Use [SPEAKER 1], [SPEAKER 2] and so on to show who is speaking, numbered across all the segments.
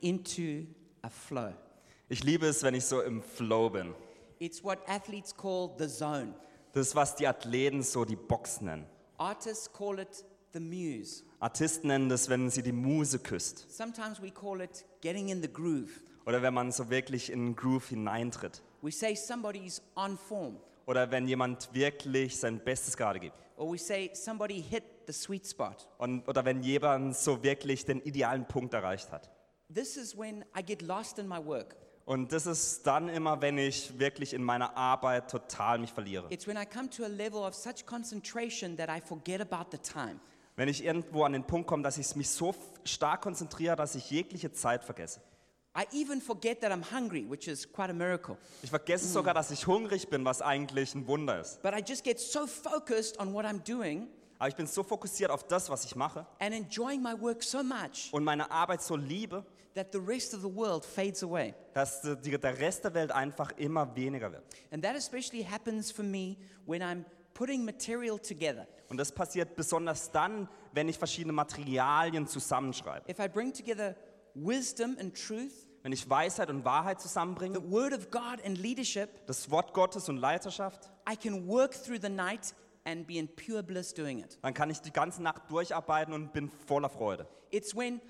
[SPEAKER 1] into a flow.
[SPEAKER 2] Ich liebe es, wenn ich so im Flow bin.
[SPEAKER 1] It's what athletes call the zone.
[SPEAKER 2] Das ist, was die Athleten so die Box nennen.
[SPEAKER 1] Artists call it the muse.
[SPEAKER 2] Artisten nennen das, wenn sie die Muse küsst.
[SPEAKER 1] Sometimes we call it getting in the groove.
[SPEAKER 2] Oder wenn man so wirklich in den Groove hineintritt.
[SPEAKER 1] We say somebody's on form,
[SPEAKER 2] Oder wenn jemand wirklich sein Bestes gerade gibt.
[SPEAKER 1] or we say somebody hit the sweet spot.
[SPEAKER 2] Und, oder wenn jemand so wirklich den idealen Punkt erreicht hat.
[SPEAKER 1] This is when I get lost in my work.
[SPEAKER 2] Und das ist dann immer, wenn ich wirklich in meiner Arbeit total mich verliere.
[SPEAKER 1] It's when I come to a level of such concentration that I forget about the time.
[SPEAKER 2] Wenn ich irgendwo an den Punkt komme, dass ich mich so f- stark konzentriere, dass ich jegliche Zeit vergesse.
[SPEAKER 1] I even forget that I'm hungry, which is quite a miracle.
[SPEAKER 2] Ich vergesse sogar, dass ich hungrig bin, was eigentlich ein Wunder ist.
[SPEAKER 1] But I just get so focused on what I'm doing
[SPEAKER 2] Aber ich bin so fokussiert auf das, was ich mache
[SPEAKER 1] and enjoying my work so much
[SPEAKER 2] und meine Arbeit so liebe,
[SPEAKER 1] that the rest of the world fades away.
[SPEAKER 2] dass die- der Rest der Welt einfach immer weniger wird.
[SPEAKER 1] And that especially happens for me when I'm putting material together.
[SPEAKER 2] Und das passiert besonders dann, wenn ich verschiedene Materialien zusammenschreibe.
[SPEAKER 1] If I bring together wisdom and truth,
[SPEAKER 2] Wenn ich Weisheit und Wahrheit
[SPEAKER 1] the
[SPEAKER 2] zusammenbringe,
[SPEAKER 1] word of God and leadership,
[SPEAKER 2] das Wort Gottes und Leiterschaft,
[SPEAKER 1] I can work through the night and be in pure bliss doing it.
[SPEAKER 2] dann kann ich die ganze Nacht durcharbeiten und bin voller Freude.
[SPEAKER 1] It's when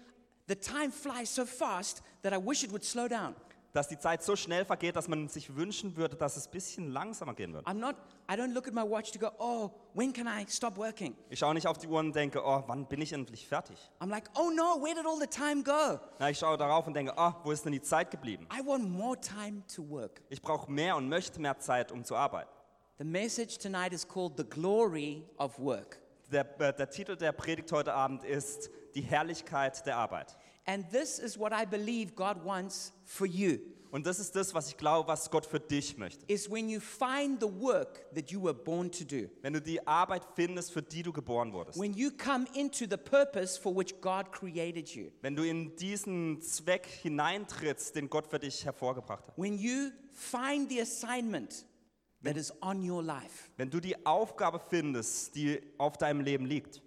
[SPEAKER 1] the time flies so fast that I wish it would slow down.
[SPEAKER 2] Dass die Zeit so schnell vergeht, dass man sich wünschen würde, dass es ein bisschen langsamer gehen würde.
[SPEAKER 1] I'm not I don't look at my watch to go, "Oh, when can I stop working?"
[SPEAKER 2] Ich schaue nicht auf die Uhr und denke, oh, wann bin ich endlich fertig?
[SPEAKER 1] I'm like, "Oh no, where did all the time go?
[SPEAKER 2] Na, ich schaue darauf und denke, oh, wo ist denn die Zeit geblieben?
[SPEAKER 1] I want more time to work."
[SPEAKER 2] Ich brauche mehr und möchte mehr Zeit, um zu arbeiten.
[SPEAKER 1] The message tonight is called The Glory of Work.
[SPEAKER 2] Der, äh, der Titel der Predigt heute Abend ist Die Herrlichkeit der Arbeit.
[SPEAKER 1] And this is what I believe God wants for you.
[SPEAKER 2] Und das ist das, was ich glaube, was Gott für dich möchte.
[SPEAKER 1] Is when you find the work that you were born to do.
[SPEAKER 2] Wenn du die Arbeit findest, für die du geboren wurdest.
[SPEAKER 1] When you come into the purpose for which God created you.
[SPEAKER 2] Wenn du in diesen Zweck hineintrittst, den Gott für dich hervorgebracht hat.
[SPEAKER 1] When you find the assignment that is on your life.
[SPEAKER 2] Wenn du die Aufgabe findest, die auf deinem Leben liegt.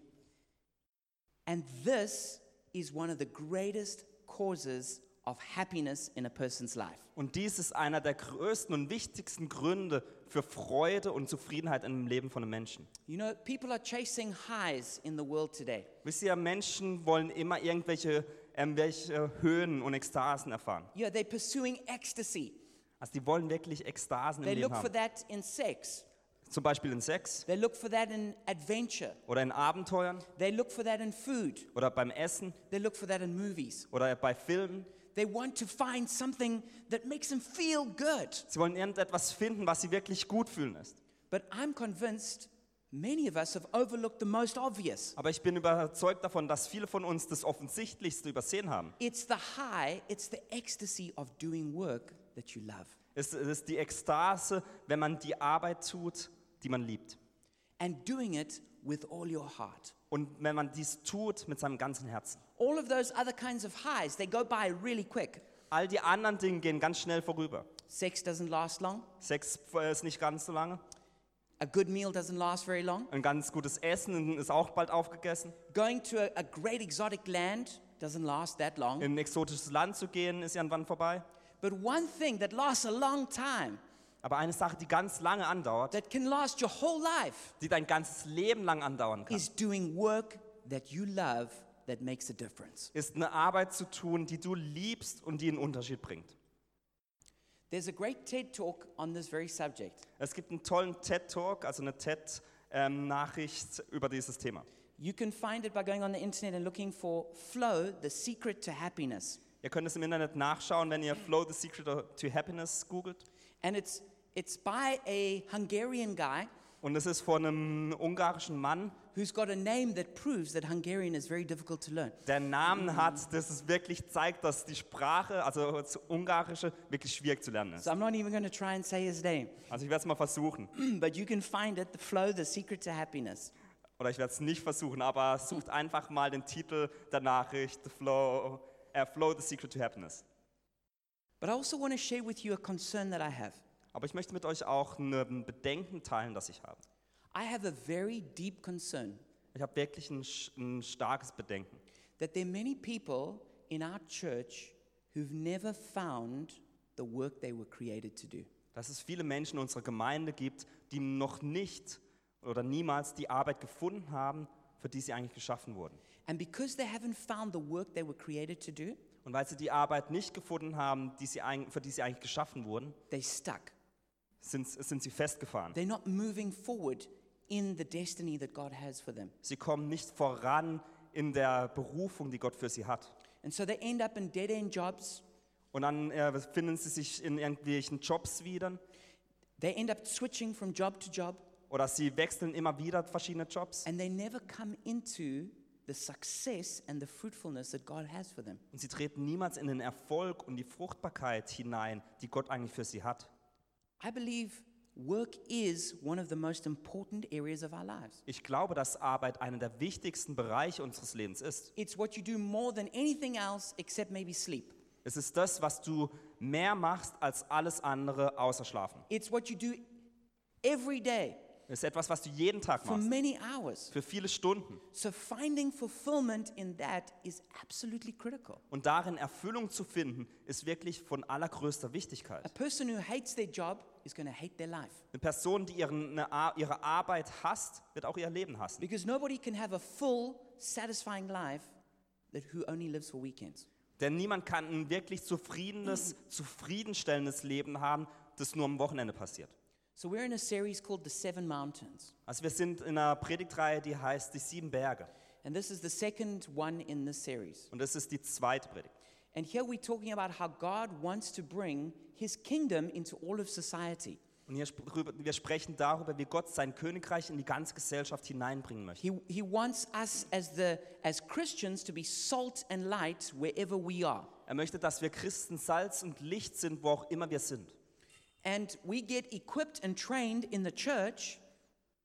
[SPEAKER 1] And this is one of the greatest causes of happiness in a person's life.
[SPEAKER 2] Und dies ist einer der größten und wichtigsten Gründe für Freude und Zufriedenheit im Leben von einem Menschen.
[SPEAKER 1] You know, people are chasing highs in the world today.
[SPEAKER 2] Wisst ihr, Menschen wollen immer irgendwelche, irgendwelche Höhen und Ekstasen erfahren.
[SPEAKER 1] Yeah, they're pursuing ecstasy.
[SPEAKER 2] Also die wollen wirklich Ekstasen
[SPEAKER 1] They
[SPEAKER 2] im Leben
[SPEAKER 1] look for
[SPEAKER 2] haben.
[SPEAKER 1] that in sex.
[SPEAKER 2] Zum Beispiel in Sex
[SPEAKER 1] They look for that in adventure.
[SPEAKER 2] oder in Abenteuern
[SPEAKER 1] They look for that in food.
[SPEAKER 2] oder beim Essen
[SPEAKER 1] They look for that in movies.
[SPEAKER 2] oder bei Filmen.
[SPEAKER 1] They want to find something that makes them feel good.
[SPEAKER 2] Sie wollen irgendetwas finden, was sie wirklich gut fühlen ist.
[SPEAKER 1] But I'm convinced many of us have overlooked the most obvious.
[SPEAKER 2] Aber ich bin überzeugt davon, dass viele von uns das Offensichtlichste übersehen haben.
[SPEAKER 1] It's the high, it's the ecstasy of doing work that you love.
[SPEAKER 2] Es ist die Ekstase, wenn man die Arbeit tut, die man liebt.
[SPEAKER 1] and doing it with all your heart.
[SPEAKER 2] Und wenn man dies tut mit seinem ganzen Herzen.
[SPEAKER 1] All of those other kinds of highs, they go by really quick.
[SPEAKER 2] All die anderen Dinge gehen ganz schnell vorüber.
[SPEAKER 1] Sex doesn't last long.
[SPEAKER 2] Sex äh, ist nicht ganz so lange.
[SPEAKER 1] A good meal doesn't last very long.
[SPEAKER 2] Ein ganz gutes Essen ist auch bald aufgegessen.
[SPEAKER 1] Going to a, a great exotic land doesn't last that long.
[SPEAKER 2] In ein exotisches Land zu gehen, ist irgendwann vorbei.
[SPEAKER 1] But one thing that lasts a long time,
[SPEAKER 2] Aber eine Sache, die ganz lange andauert,
[SPEAKER 1] that can last your whole life,
[SPEAKER 2] die dein ganzes Leben lang andauern kann,
[SPEAKER 1] is doing work that you love that makes a difference.
[SPEAKER 2] ist eine Arbeit zu tun, die du liebst und die einen Unterschied bringt.
[SPEAKER 1] There's a great TED talk on this very subject.
[SPEAKER 2] Es gibt einen tollen TED-Talk, also eine TED-Nachricht über dieses Thema.
[SPEAKER 1] You can find it by going on the internet and looking for Flow, the secret to happiness.
[SPEAKER 2] Ihr könnt es im Internet nachschauen, wenn ihr Flow the Secret to Happiness googelt.
[SPEAKER 1] And it's, it's by a Hungarian guy
[SPEAKER 2] Und es ist von einem ungarischen Mann,
[SPEAKER 1] who's got a name that proves that Hungarian is very difficult to learn.
[SPEAKER 2] der einen Namen hat, das es wirklich zeigt, dass die Sprache, also das Ungarische, wirklich schwierig zu lernen ist.
[SPEAKER 1] So I'm not even going to try and say his name,
[SPEAKER 2] Also ich werde es mal versuchen.
[SPEAKER 1] but you can find it, The Flow, The Secret to Happiness.
[SPEAKER 2] Oder ich werde es nicht versuchen, aber sucht einfach mal den Titel der Nachricht, The Flow, äh, Flow the Secret to Happiness.
[SPEAKER 1] But I also want to share with you a concern that I have.
[SPEAKER 2] Aber ich möchte mit euch auch ein Bedenken teilen, das ich habe.
[SPEAKER 1] I have a very deep concern
[SPEAKER 2] Ich habe wirklich ein, sch- ein starkes Bedenken,
[SPEAKER 1] that there are many people in our church who've never found the work they were created to do.
[SPEAKER 2] dass es viele Menschen in unserer Gemeinde gibt, die noch nicht oder niemals die Arbeit gefunden haben, für die sie eigentlich geschaffen wurden.
[SPEAKER 1] And because they haven't found the work they were created to do,
[SPEAKER 2] Und weil sie die Arbeit nicht gefunden haben, die sie, eig- für die sie eigentlich geschaffen wurden,
[SPEAKER 1] they're stuck.
[SPEAKER 2] sind, sind sie festgefahren.
[SPEAKER 1] They're not moving forward in the destiny that God has for them.
[SPEAKER 2] Sie kommen nicht voran in der Berufung, die Gott für sie hat.
[SPEAKER 1] And so they end up in dead end jobs.
[SPEAKER 2] Und dann äh, finden sie sich in irgendwelchen Jobs wieder
[SPEAKER 1] They end up switching from job to job,
[SPEAKER 2] oder sie wechseln immer wieder verschiedene Jobs
[SPEAKER 1] and they never come into the success and the fruitfulness that God has for them.
[SPEAKER 2] und sie treten niemals in den Erfolg und die Fruchtbarkeit hinein, die Gott eigentlich für sie hat.
[SPEAKER 1] I believe work is one of the most important areas of our lives.
[SPEAKER 2] Ich glaube, dass Arbeit einer der wichtigsten Bereiche unseres Lebens ist.
[SPEAKER 1] It's what you do more than anything else except maybe sleep.
[SPEAKER 2] Es ist das, was du mehr machst als alles andere außer schlafen.
[SPEAKER 1] It's what you do every day
[SPEAKER 2] Es ist etwas, was du jeden Tag
[SPEAKER 1] for
[SPEAKER 2] machst,
[SPEAKER 1] many hours.
[SPEAKER 2] für viele Stunden.
[SPEAKER 1] So finding fulfillment in that is absolutely critical.
[SPEAKER 2] Und darin Erfüllung zu finden, ist wirklich von allergrößter Wichtigkeit.
[SPEAKER 1] A person who hates their job is going to hate their life
[SPEAKER 2] Eine Person, die ihren, eine Ar- ihre Arbeit hasst, wird auch ihr Leben hassen.
[SPEAKER 1] because nobody can have a full, satisfying life that who only lives for weekends.
[SPEAKER 2] Denn niemand kann ein wirklich zufriedenes, zufriedenstellendes Leben haben, das nur am Wochenende passiert.
[SPEAKER 1] So we're in a series called The Seven Mountains.
[SPEAKER 2] Also wir sind in einer Predigtreihe, die heißt Die Sieben Berge.
[SPEAKER 1] And this is the second one in this series.
[SPEAKER 2] Und das ist die zweite Predigt.
[SPEAKER 1] And here we're talking about how God wants to bring his kingdom into all of society.
[SPEAKER 2] Und hier, sp- drüber- wir sprechen darüber, wie Gott sein Königreich in die ganze Gesellschaft hineinbringen möchte.
[SPEAKER 1] He, he wants us as, the, as Christians to be salt and light wherever we are.
[SPEAKER 2] Er möchte, dass wir Christen Salz und Licht sind, wo auch immer wir sind.
[SPEAKER 1] And we get equipped and trained in the church,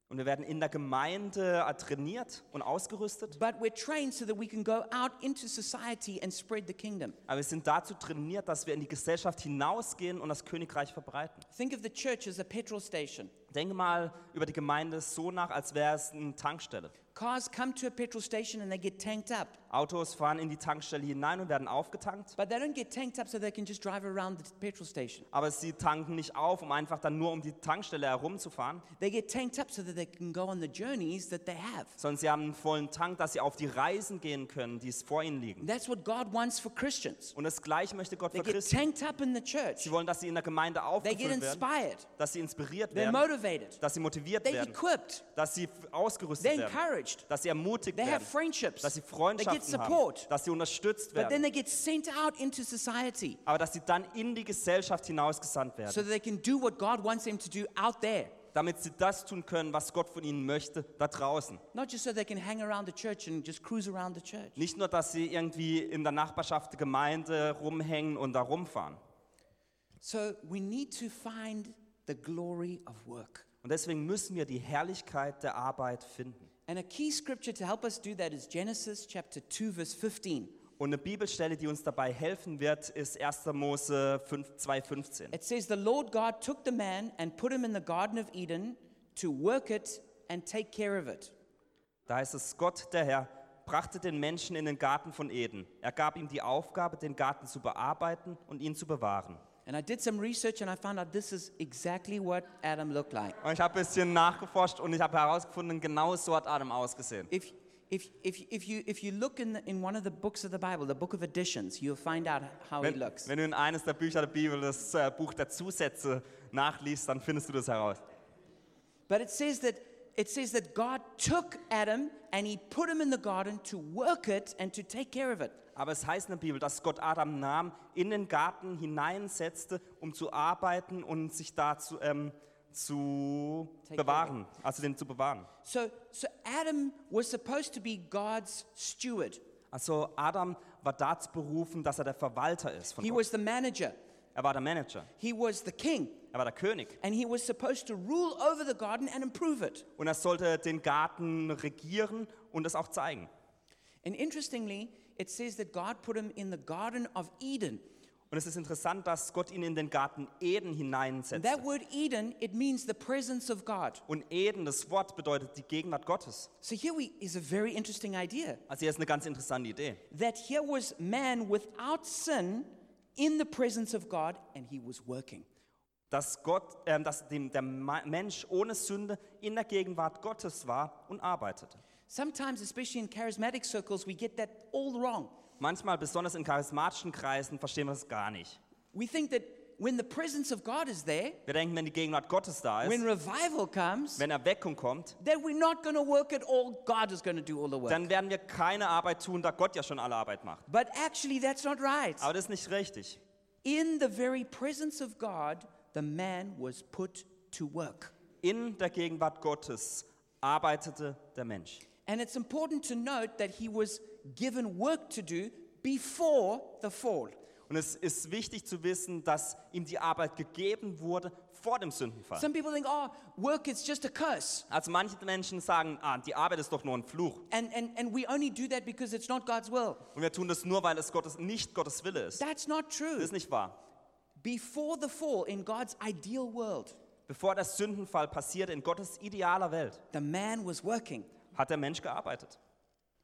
[SPEAKER 2] Und wir werden in der Gemeinde äh, trainiert und ausgerüstet.
[SPEAKER 1] but we're trained so that we can go out into society and spread the kingdom.
[SPEAKER 2] Aber wir sind dazu trainiert, dass wir in die Gesellschaft hinausgehen und das Königreich verbreiten.
[SPEAKER 1] Think of the church as a petrol station.
[SPEAKER 2] Denke mal über die Gemeinde so nach, als wäre es eine Tankstelle.
[SPEAKER 1] Cars come to a petrol station and they get tanked up,
[SPEAKER 2] Autos fahren in die Tankstelle hinein und werden aufgetankt,
[SPEAKER 1] but they don't get tanked up so they can just drive around the petrol station.
[SPEAKER 2] aber sie tanken nicht auf, um einfach dann nur um die Tankstelle herumzufahren,
[SPEAKER 1] They get tanked up so that they can go on the journeys that they have.
[SPEAKER 2] sondern sie haben einen vollen Tank, dass sie auf die Reisen gehen können, die es vor ihnen liegen.
[SPEAKER 1] That's what God wants for Christians.
[SPEAKER 2] Und das Gleiche möchte Gott
[SPEAKER 1] They
[SPEAKER 2] für
[SPEAKER 1] get
[SPEAKER 2] Christen.
[SPEAKER 1] tanked up in the church.
[SPEAKER 2] Sie wollen, dass sie in der Gemeinde
[SPEAKER 1] They get
[SPEAKER 2] aufgefüllt werden,
[SPEAKER 1] inspired.
[SPEAKER 2] dass sie inspiriert
[SPEAKER 1] They're
[SPEAKER 2] werden,
[SPEAKER 1] motivated.
[SPEAKER 2] dass sie motiviert
[SPEAKER 1] They're
[SPEAKER 2] werden,
[SPEAKER 1] equipped.
[SPEAKER 2] dass sie f- ausgerüstet
[SPEAKER 1] They're
[SPEAKER 2] werden,
[SPEAKER 1] encouraged.
[SPEAKER 2] dass sie ermutigt
[SPEAKER 1] They have
[SPEAKER 2] werden,
[SPEAKER 1] friendships.
[SPEAKER 2] dass sie
[SPEAKER 1] They get
[SPEAKER 2] Freundschaften haben,
[SPEAKER 1] support.
[SPEAKER 2] dass sie unterstützt
[SPEAKER 1] But then
[SPEAKER 2] werden,
[SPEAKER 1] they get sent out into society
[SPEAKER 2] aber dass sie dann in die Gesellschaft hinausgesandt werden.
[SPEAKER 1] so that they can do what God wants them to do out there.
[SPEAKER 2] damit sie das tun können, was Gott von ihnen möchte, da draußen.
[SPEAKER 1] Not just so they can hang around the church and just cruise around the church.
[SPEAKER 2] Nicht nur, dass sie irgendwie in der Nachbarschaft der Gemeinde rumhängen und da rumfahren.
[SPEAKER 1] So we need to find the glory of work.
[SPEAKER 2] Und deswegen müssen wir die Herrlichkeit der Arbeit finden.
[SPEAKER 1] And a key scripture to help us do that is Genesis chapter 2 verse 15.
[SPEAKER 2] Und eine Bibelstelle, die uns dabei helfen wird, ist 1. Mose 5, 2,15.
[SPEAKER 1] It says, The Lord God took the man and put him in the Garden of Eden to work it and take care of it.
[SPEAKER 2] Da heißt es, Gott, der Herr, brachte den Menschen in den Garten von Eden. Er gab ihm die Aufgabe, den Garten zu bearbeiten und ihn zu bewahren.
[SPEAKER 1] And I did some research and I found out this is exactly what Adam looked like.
[SPEAKER 2] Und ich habe ein bisschen nachgeforscht und ich habe herausgefunden, genau so hat Adam ausgesehen.
[SPEAKER 1] If, if, if, if, you, if you look in, the, in one of the books of the Bible, the book of additions, you'll find out how he
[SPEAKER 2] Wenn,
[SPEAKER 1] looks.
[SPEAKER 2] wenn du in eines der Bücher der Bibel das äh, Buch der Zusätze nachliest, dann findest du das heraus.
[SPEAKER 1] But it says that it says that God took Adam and he put him in the garden to work it and to take care of it.
[SPEAKER 2] Aber es heißt in der Bibel, dass Gott Adam nahm, in den Garten hineinsetzte, um zu arbeiten und sich da zu, ähm, zu
[SPEAKER 1] Take
[SPEAKER 2] bewahren, also den zu bewahren.
[SPEAKER 1] So, so Adam was supposed to be God's steward.
[SPEAKER 2] Also Adam war dazu berufen, dass er der Verwalter ist von
[SPEAKER 1] He
[SPEAKER 2] Gott.
[SPEAKER 1] was the manager.
[SPEAKER 2] Er war der Manager,
[SPEAKER 1] He was the king,
[SPEAKER 2] er war der König
[SPEAKER 1] and he was supposed to rule over the garden and improve it.
[SPEAKER 2] und er sollte den Garten regieren und es auch zeigen.
[SPEAKER 1] And interestingly, it says that God put him in the Garden of Eden.
[SPEAKER 2] Und es ist interessant, dass Gott ihn in den Garten Eden
[SPEAKER 1] And
[SPEAKER 2] hineinsetzte.
[SPEAKER 1] that word Eden, it means the presence of God.
[SPEAKER 2] Und Eden, das Wort bedeutet die Gegenwart Gottes.
[SPEAKER 1] So here we, is a very interesting idea
[SPEAKER 2] Also hier ist eine ganz interessante Idee.
[SPEAKER 1] that here was man without sin in the presence of God and he was working.
[SPEAKER 2] dass, Gott, ähm, dass dem, der Ma- Mensch ohne Sünde in der Gegenwart Gottes war und arbeitete.
[SPEAKER 1] Sometimes, especially in charismatic circles, we get that all wrong.
[SPEAKER 2] Manchmal, besonders in charismatischen Kreisen, verstehen wir das gar nicht.
[SPEAKER 1] We think that when the presence of God is there,
[SPEAKER 2] Wir denken, wenn die Gegenwart Gottes da
[SPEAKER 1] when
[SPEAKER 2] ist,
[SPEAKER 1] revival comes,
[SPEAKER 2] wenn Erweckung kommt,
[SPEAKER 1] that we're not going to work at all. God is going to do all the work.
[SPEAKER 2] dann werden wir keine Arbeit tun, da Gott ja schon alle Arbeit macht.
[SPEAKER 1] But actually, that's not right.
[SPEAKER 2] Aber das ist nicht richtig.
[SPEAKER 1] In the very presence of God, the man was put to work.
[SPEAKER 2] In der Gegenwart Gottes arbeitete der Mensch.
[SPEAKER 1] And it's important to note that he was given work to do before the fall.
[SPEAKER 2] Und es ist wichtig zu wissen, dass ihm die Arbeit gegeben wurde vor dem Sündenfall.
[SPEAKER 1] Some people think, oh, work is just a curse.
[SPEAKER 2] Also manche Menschen sagen, ah, die Arbeit ist doch nur ein Fluch.
[SPEAKER 1] And, and, and we only do that because it's not God's will.
[SPEAKER 2] Und wir tun das nur, weil es Gottes, nicht Gottes Wille ist.
[SPEAKER 1] That's not
[SPEAKER 2] Das
[SPEAKER 1] true.
[SPEAKER 2] ist nicht wahr.
[SPEAKER 1] Before the fall, in God's ideal world,
[SPEAKER 2] Bevor der Sündenfall passierte in Gottes idealer Welt,
[SPEAKER 1] the man was working.
[SPEAKER 2] hat der Mensch gearbeitet.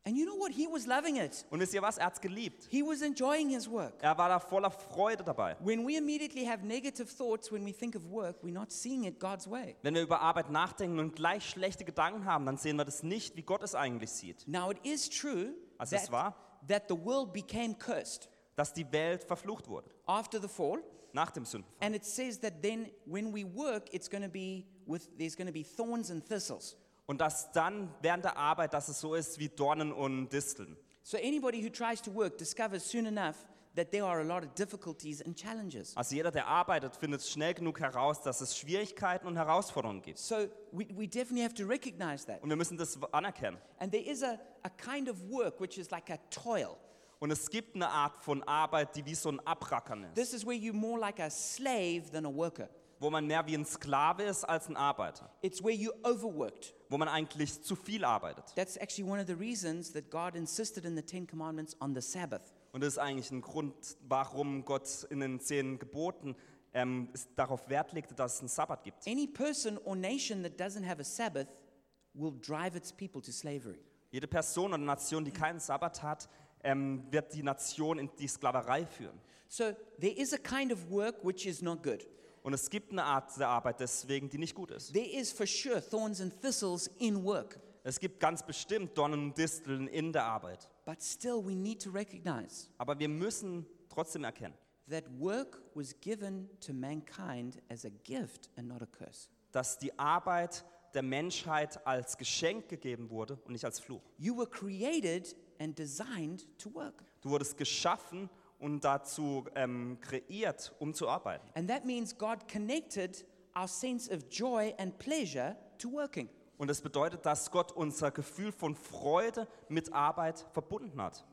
[SPEAKER 1] And you know what? He was loving it,
[SPEAKER 2] Und wisst ihr was? Er hat es geliebt.
[SPEAKER 1] he was enjoying his work.
[SPEAKER 2] Er war da voller Freude dabei.
[SPEAKER 1] When we immediately have negative thoughts when we think of work, we're not seeing it God's way.
[SPEAKER 2] Wenn wir über Arbeit nachdenken und gleich schlechte Gedanken haben, dann sehen wir das nicht, wie Gott es eigentlich sieht.
[SPEAKER 1] Now, it is true
[SPEAKER 2] Also es
[SPEAKER 1] that,
[SPEAKER 2] war-
[SPEAKER 1] that the world became cursed
[SPEAKER 2] Dass die Welt verflucht wurde
[SPEAKER 1] after the fall.
[SPEAKER 2] nach dem Sündenfall.
[SPEAKER 1] And it says that then when we work, it's going to be with, there's going to be thorns and thistles.
[SPEAKER 2] Und dass dann während der Arbeit, dass es so ist wie Dornen und Disteln.
[SPEAKER 1] So anybody who tries to work discovers soon enough that there are a lot of difficulties and challenges.
[SPEAKER 2] Also jeder, der arbeitet, findet schnell genug heraus, dass es Schwierigkeiten und Herausforderungen gibt.
[SPEAKER 1] So we, we definitely have to recognize that.
[SPEAKER 2] Und wir müssen das anerkennen.
[SPEAKER 1] And there is a, a kind of work which is like a toil.
[SPEAKER 2] Und es gibt eine Art von Arbeit, die wie so ein Abrackern ist.
[SPEAKER 1] This is where you're more like a slave than a worker.
[SPEAKER 2] wo man mehr wie ein Sklave ist als ein Arbeiter,
[SPEAKER 1] It's where you're overworked.
[SPEAKER 2] wo man eigentlich zu viel arbeitet.
[SPEAKER 1] That's actually one of the reasons that God insisted in the Ten Commandments on the Sabbath.
[SPEAKER 2] Und das ist eigentlich ein Grund, warum Gott in den zehn Geboten ähm, es darauf Wert legte, dass es einen Sabbat gibt.
[SPEAKER 1] Any person or nation that doesn't have a Sabbath will drive its people to slavery.
[SPEAKER 2] Jede Person oder Nation, die keinen Sabbat hat, ähm, wird die Nation in die Sklaverei führen.
[SPEAKER 1] So there is a kind of work which is not good.
[SPEAKER 2] Und es gibt eine Art der Arbeit deswegen, die nicht gut ist.
[SPEAKER 1] There is for sure thorns and thistles in work,
[SPEAKER 2] Es gibt ganz bestimmt Dornen und Disteln in der Arbeit.
[SPEAKER 1] but still we need to recognize
[SPEAKER 2] Aber wir müssen trotzdem erkennen,
[SPEAKER 1] that work was given to mankind as a gift and not a curse.
[SPEAKER 2] dass die Arbeit der Menschheit als Geschenk gegeben wurde und nicht als Fluch.
[SPEAKER 1] You were created and designed to work.
[SPEAKER 2] Du wurdest geschaffen und dazu ähm, kreiert, um zu arbeiten.
[SPEAKER 1] And that means God connected our sense of joy and pleasure to working.
[SPEAKER 2] Und das bedeutet, dass Gott unser Gefühl von Freude mit Arbeit verbunden hat.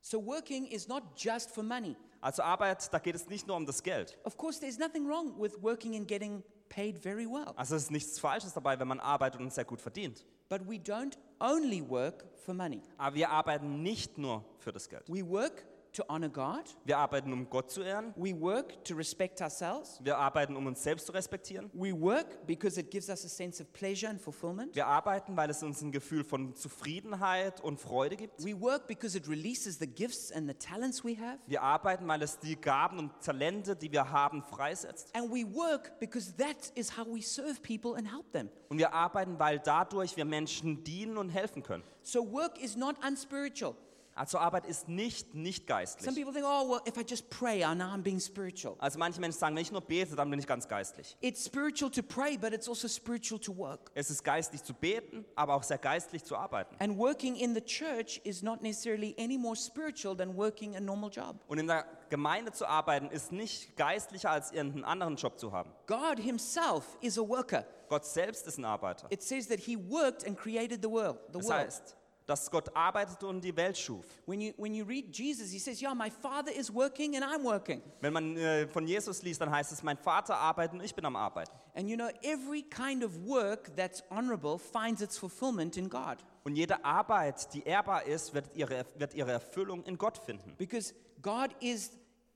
[SPEAKER 1] So working is not just for money.
[SPEAKER 2] Also Arbeit, da geht es nicht nur um das Geld.
[SPEAKER 1] Of course, there's nothing wrong with working and getting paid very well.
[SPEAKER 2] Also es ist nichts Falsches dabei, wenn man arbeitet und sehr gut verdient.
[SPEAKER 1] But we don't only work for money.
[SPEAKER 2] Aber wir arbeiten nicht nur für das Geld.
[SPEAKER 1] We work to honor God.
[SPEAKER 2] Wir arbeiten, um Gott zu ehren.
[SPEAKER 1] We work to respect ourselves.
[SPEAKER 2] Wir arbeiten, um uns selbst zu respektieren.
[SPEAKER 1] We work because it gives us a sense of pleasure and fulfillment.
[SPEAKER 2] Wir arbeiten, weil es uns ein Gefühl von Zufriedenheit und Freude gibt.
[SPEAKER 1] We work because it releases the gifts and the talents we have.
[SPEAKER 2] Wir arbeiten, weil es die Gaben und Talente, die wir haben, freisetzt.
[SPEAKER 1] And we work because that is how we serve people and help them.
[SPEAKER 2] Und wir arbeiten, weil dadurch wir Menschen dienen und helfen können.
[SPEAKER 1] So work is not unspiritual.
[SPEAKER 2] Also Arbeit ist nicht nicht
[SPEAKER 1] Some
[SPEAKER 2] geistlich.
[SPEAKER 1] people think, oh, well, if I just pray, I know I'm being spiritual.
[SPEAKER 2] Also manche Menschen sagen, wenn ich nur bete, dann bin ich ganz geistlich.
[SPEAKER 1] It's spiritual to pray, but it's also spiritual to work.
[SPEAKER 2] Es ist geistlich zu beten, aber auch sehr geistlich zu arbeiten.
[SPEAKER 1] And working in the church is not necessarily any more spiritual than working a normal job.
[SPEAKER 2] Und in der Gemeinde zu arbeiten ist nicht geistlicher als irgendeinen anderen Job zu haben.
[SPEAKER 1] God Himself is a worker.
[SPEAKER 2] Gott selbst ist ein Arbeiter.
[SPEAKER 1] It says that He worked and created the world. The
[SPEAKER 2] Das
[SPEAKER 1] world.
[SPEAKER 2] heißt, dass Gott arbeitete und die Welt schuf.
[SPEAKER 1] When you when you read Jesus, He says, "Yeah, my Father is working and I'm working."
[SPEAKER 2] Wenn man äh, von Jesus liest, dann heißt es, mein Vater arbeitet und ich bin am Arbeiten.
[SPEAKER 1] And you know, every kind of work that's honorable finds its fulfillment in God,
[SPEAKER 2] Und jede Arbeit, die ehrbar ist, wird ihre, wird ihre Erfüllung in Gott finden.
[SPEAKER 1] because God is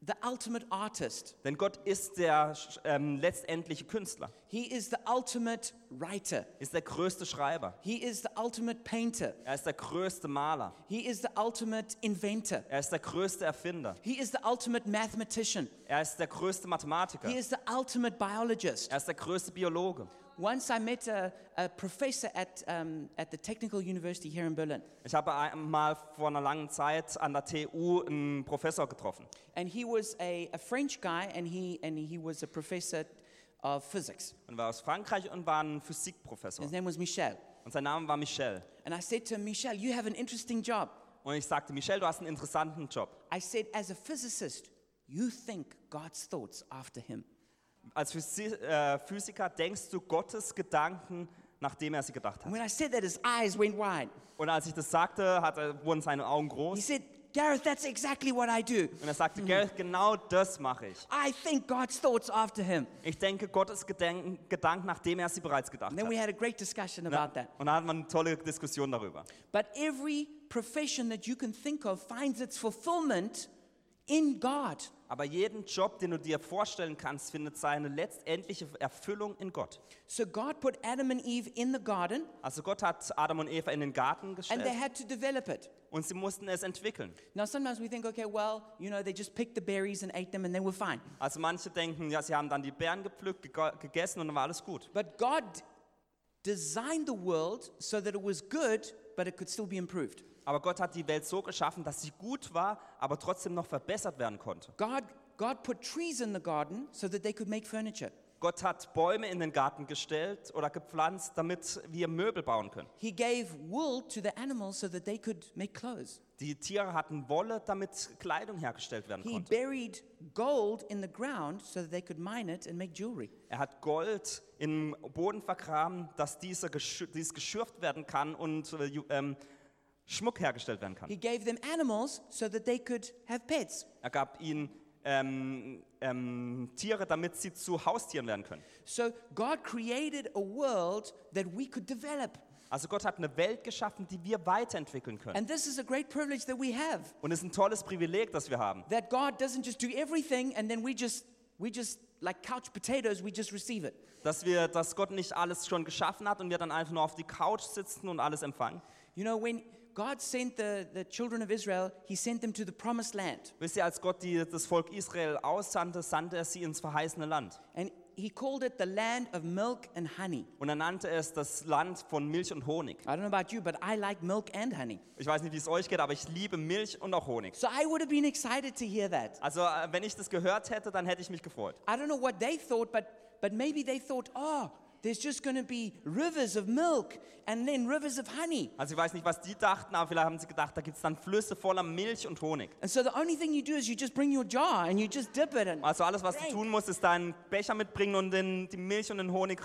[SPEAKER 1] the ultimate artist,
[SPEAKER 2] Denn Gott ist der sch- ähm, letztendliche Künstler,
[SPEAKER 1] He is the ultimate writer,
[SPEAKER 2] ist der größte Schreiber,
[SPEAKER 1] He is the ultimate painter,
[SPEAKER 2] er ist der größte Maler,
[SPEAKER 1] He is the ultimate inventor,
[SPEAKER 2] er ist der größte Erfinder,
[SPEAKER 1] He is the ultimate mathematician,
[SPEAKER 2] er ist der größte Mathematiker,
[SPEAKER 1] He is the ultimate biologist.
[SPEAKER 2] er ist der größte Biologe.
[SPEAKER 1] Once I met a, a professor at, um, at the Technical University here in Berlin,
[SPEAKER 2] Ich habe einmal vor einer langen Zeit an der TU einen Professor getroffen.
[SPEAKER 1] and he was a, a French guy, and he, and he was a professor of physics.
[SPEAKER 2] Und war aus Frankreich und war ein Physikprofessor.
[SPEAKER 1] His name was Michel.
[SPEAKER 2] Und sein Name war Michel.
[SPEAKER 1] And I said to him, Michel, you have an interesting job.
[SPEAKER 2] Und ich sagte, Michel, du hast einen interessanten Job.
[SPEAKER 1] I said, as a physicist, you think God's thoughts after him.
[SPEAKER 2] Als Physi äh, Physiker denkst du Gottes Gedanken, nachdem er sie gedacht hat.
[SPEAKER 1] And when I said that, his eyes went wide.
[SPEAKER 2] Und als ich das sagte, hat, er- wurden seine Augen
[SPEAKER 1] He
[SPEAKER 2] groß.
[SPEAKER 1] said, Gareth, that's exactly what I do.
[SPEAKER 2] Und er sagte, Gell, genau das mache ich.
[SPEAKER 1] I think God's thoughts after him.
[SPEAKER 2] Ich denke Gottes Gedenken, Gedanken, nachdem er sie bereits gedacht
[SPEAKER 1] And then we
[SPEAKER 2] hat.
[SPEAKER 1] had a great discussion
[SPEAKER 2] Ja.
[SPEAKER 1] about that.
[SPEAKER 2] Und da hatten wir eine tolle Diskussion darüber.
[SPEAKER 1] But every profession that you can think of finds its fulfillment in God.
[SPEAKER 2] Aber jeden Job, den du dir vorstellen kannst, findet seine letztendliche Erfüllung in Gott.
[SPEAKER 1] So God put Adam and Eve in the garden,
[SPEAKER 2] Also Gott hat Adam und Eva in den Garten
[SPEAKER 1] and they
[SPEAKER 2] gestellt
[SPEAKER 1] had to develop it.
[SPEAKER 2] und sie mussten es entwickeln.
[SPEAKER 1] Now, sometimes we think, okay, well, you know, they just picked the berries and ate them and they were fine.
[SPEAKER 2] Also manche denken, ja, sie haben dann die Beeren gepflückt, gego- gegessen und dann war alles gut.
[SPEAKER 1] But God designed the world so that it was good, but it could still be improved.
[SPEAKER 2] Aber Gott hat die Welt so geschaffen, dass sie gut war, aber trotzdem noch verbessert werden konnte.
[SPEAKER 1] God, God put trees in the garden so that they could make furniture.
[SPEAKER 2] Gott hat Bäume in den Garten gestellt oder gepflanzt, damit wir Möbel bauen können.
[SPEAKER 1] He gave wool to the animals so that they could make clothes.
[SPEAKER 2] Die Tiere hatten Wolle, damit Kleidung hergestellt werden
[SPEAKER 1] He
[SPEAKER 2] konnte.
[SPEAKER 1] buried gold in the ground so that they could mine it and make jewelry.
[SPEAKER 2] Er hat Gold im Boden vergraben, dass diese geschü- dies geschürft werden kann und äh, ju- ähm, Schmuck hergestellt werden kann.
[SPEAKER 1] He gave them animals so that they could have pets.
[SPEAKER 2] Er gab ihnen ähm, ähm, Tiere, damit sie zu Haustieren werden können.
[SPEAKER 1] So God created a world that we could develop.
[SPEAKER 2] Also Gott hat eine Welt geschaffen, die wir weiterentwickeln können.
[SPEAKER 1] And this is a great privilege that we have.
[SPEAKER 2] Und es ist ein tolles Privileg, das wir haben.
[SPEAKER 1] That God doesn't just do everything and then we just we just like couch potatoes, we just receive it.
[SPEAKER 2] Dass, wir, dass Gott nicht alles schon geschaffen hat und wir dann einfach nur auf die Couch sitzen und alles empfangen.
[SPEAKER 1] You know, when God sent the, the children of Israel, he sent them to the promised land.
[SPEAKER 2] Wisst ihr, als Gott die, das Volk Israel aussandte, sandte er sie ins verheißene Land.
[SPEAKER 1] And he called it the land of milk and honey.
[SPEAKER 2] Und er nannte es das Land von Milch und Honig.
[SPEAKER 1] I don't know about you, but I like milk and honey.
[SPEAKER 2] Ich weiß nicht, wie es euch geht, aber ich liebe Milch und auch Honig.
[SPEAKER 1] So I would have been excited to hear that.
[SPEAKER 2] Also, äh, wenn ich das gehört hätte, dann hätte ich mich gefreut.
[SPEAKER 1] I don't know what they thought, but, but maybe they thought, oh, there's just going to be rivers of milk and then rivers of honey.
[SPEAKER 2] Also, ich weiß nicht, was die dachten, aber vielleicht haben sie gedacht, da gibt es dann Flüsse voller Milch und Honig.
[SPEAKER 1] And so the only thing you do is you just bring your jar and you just dip it. And
[SPEAKER 2] Also, alles, was
[SPEAKER 1] Drink.
[SPEAKER 2] du tun musst, ist deinen Becher mitbringen und den, die Milch und den Honig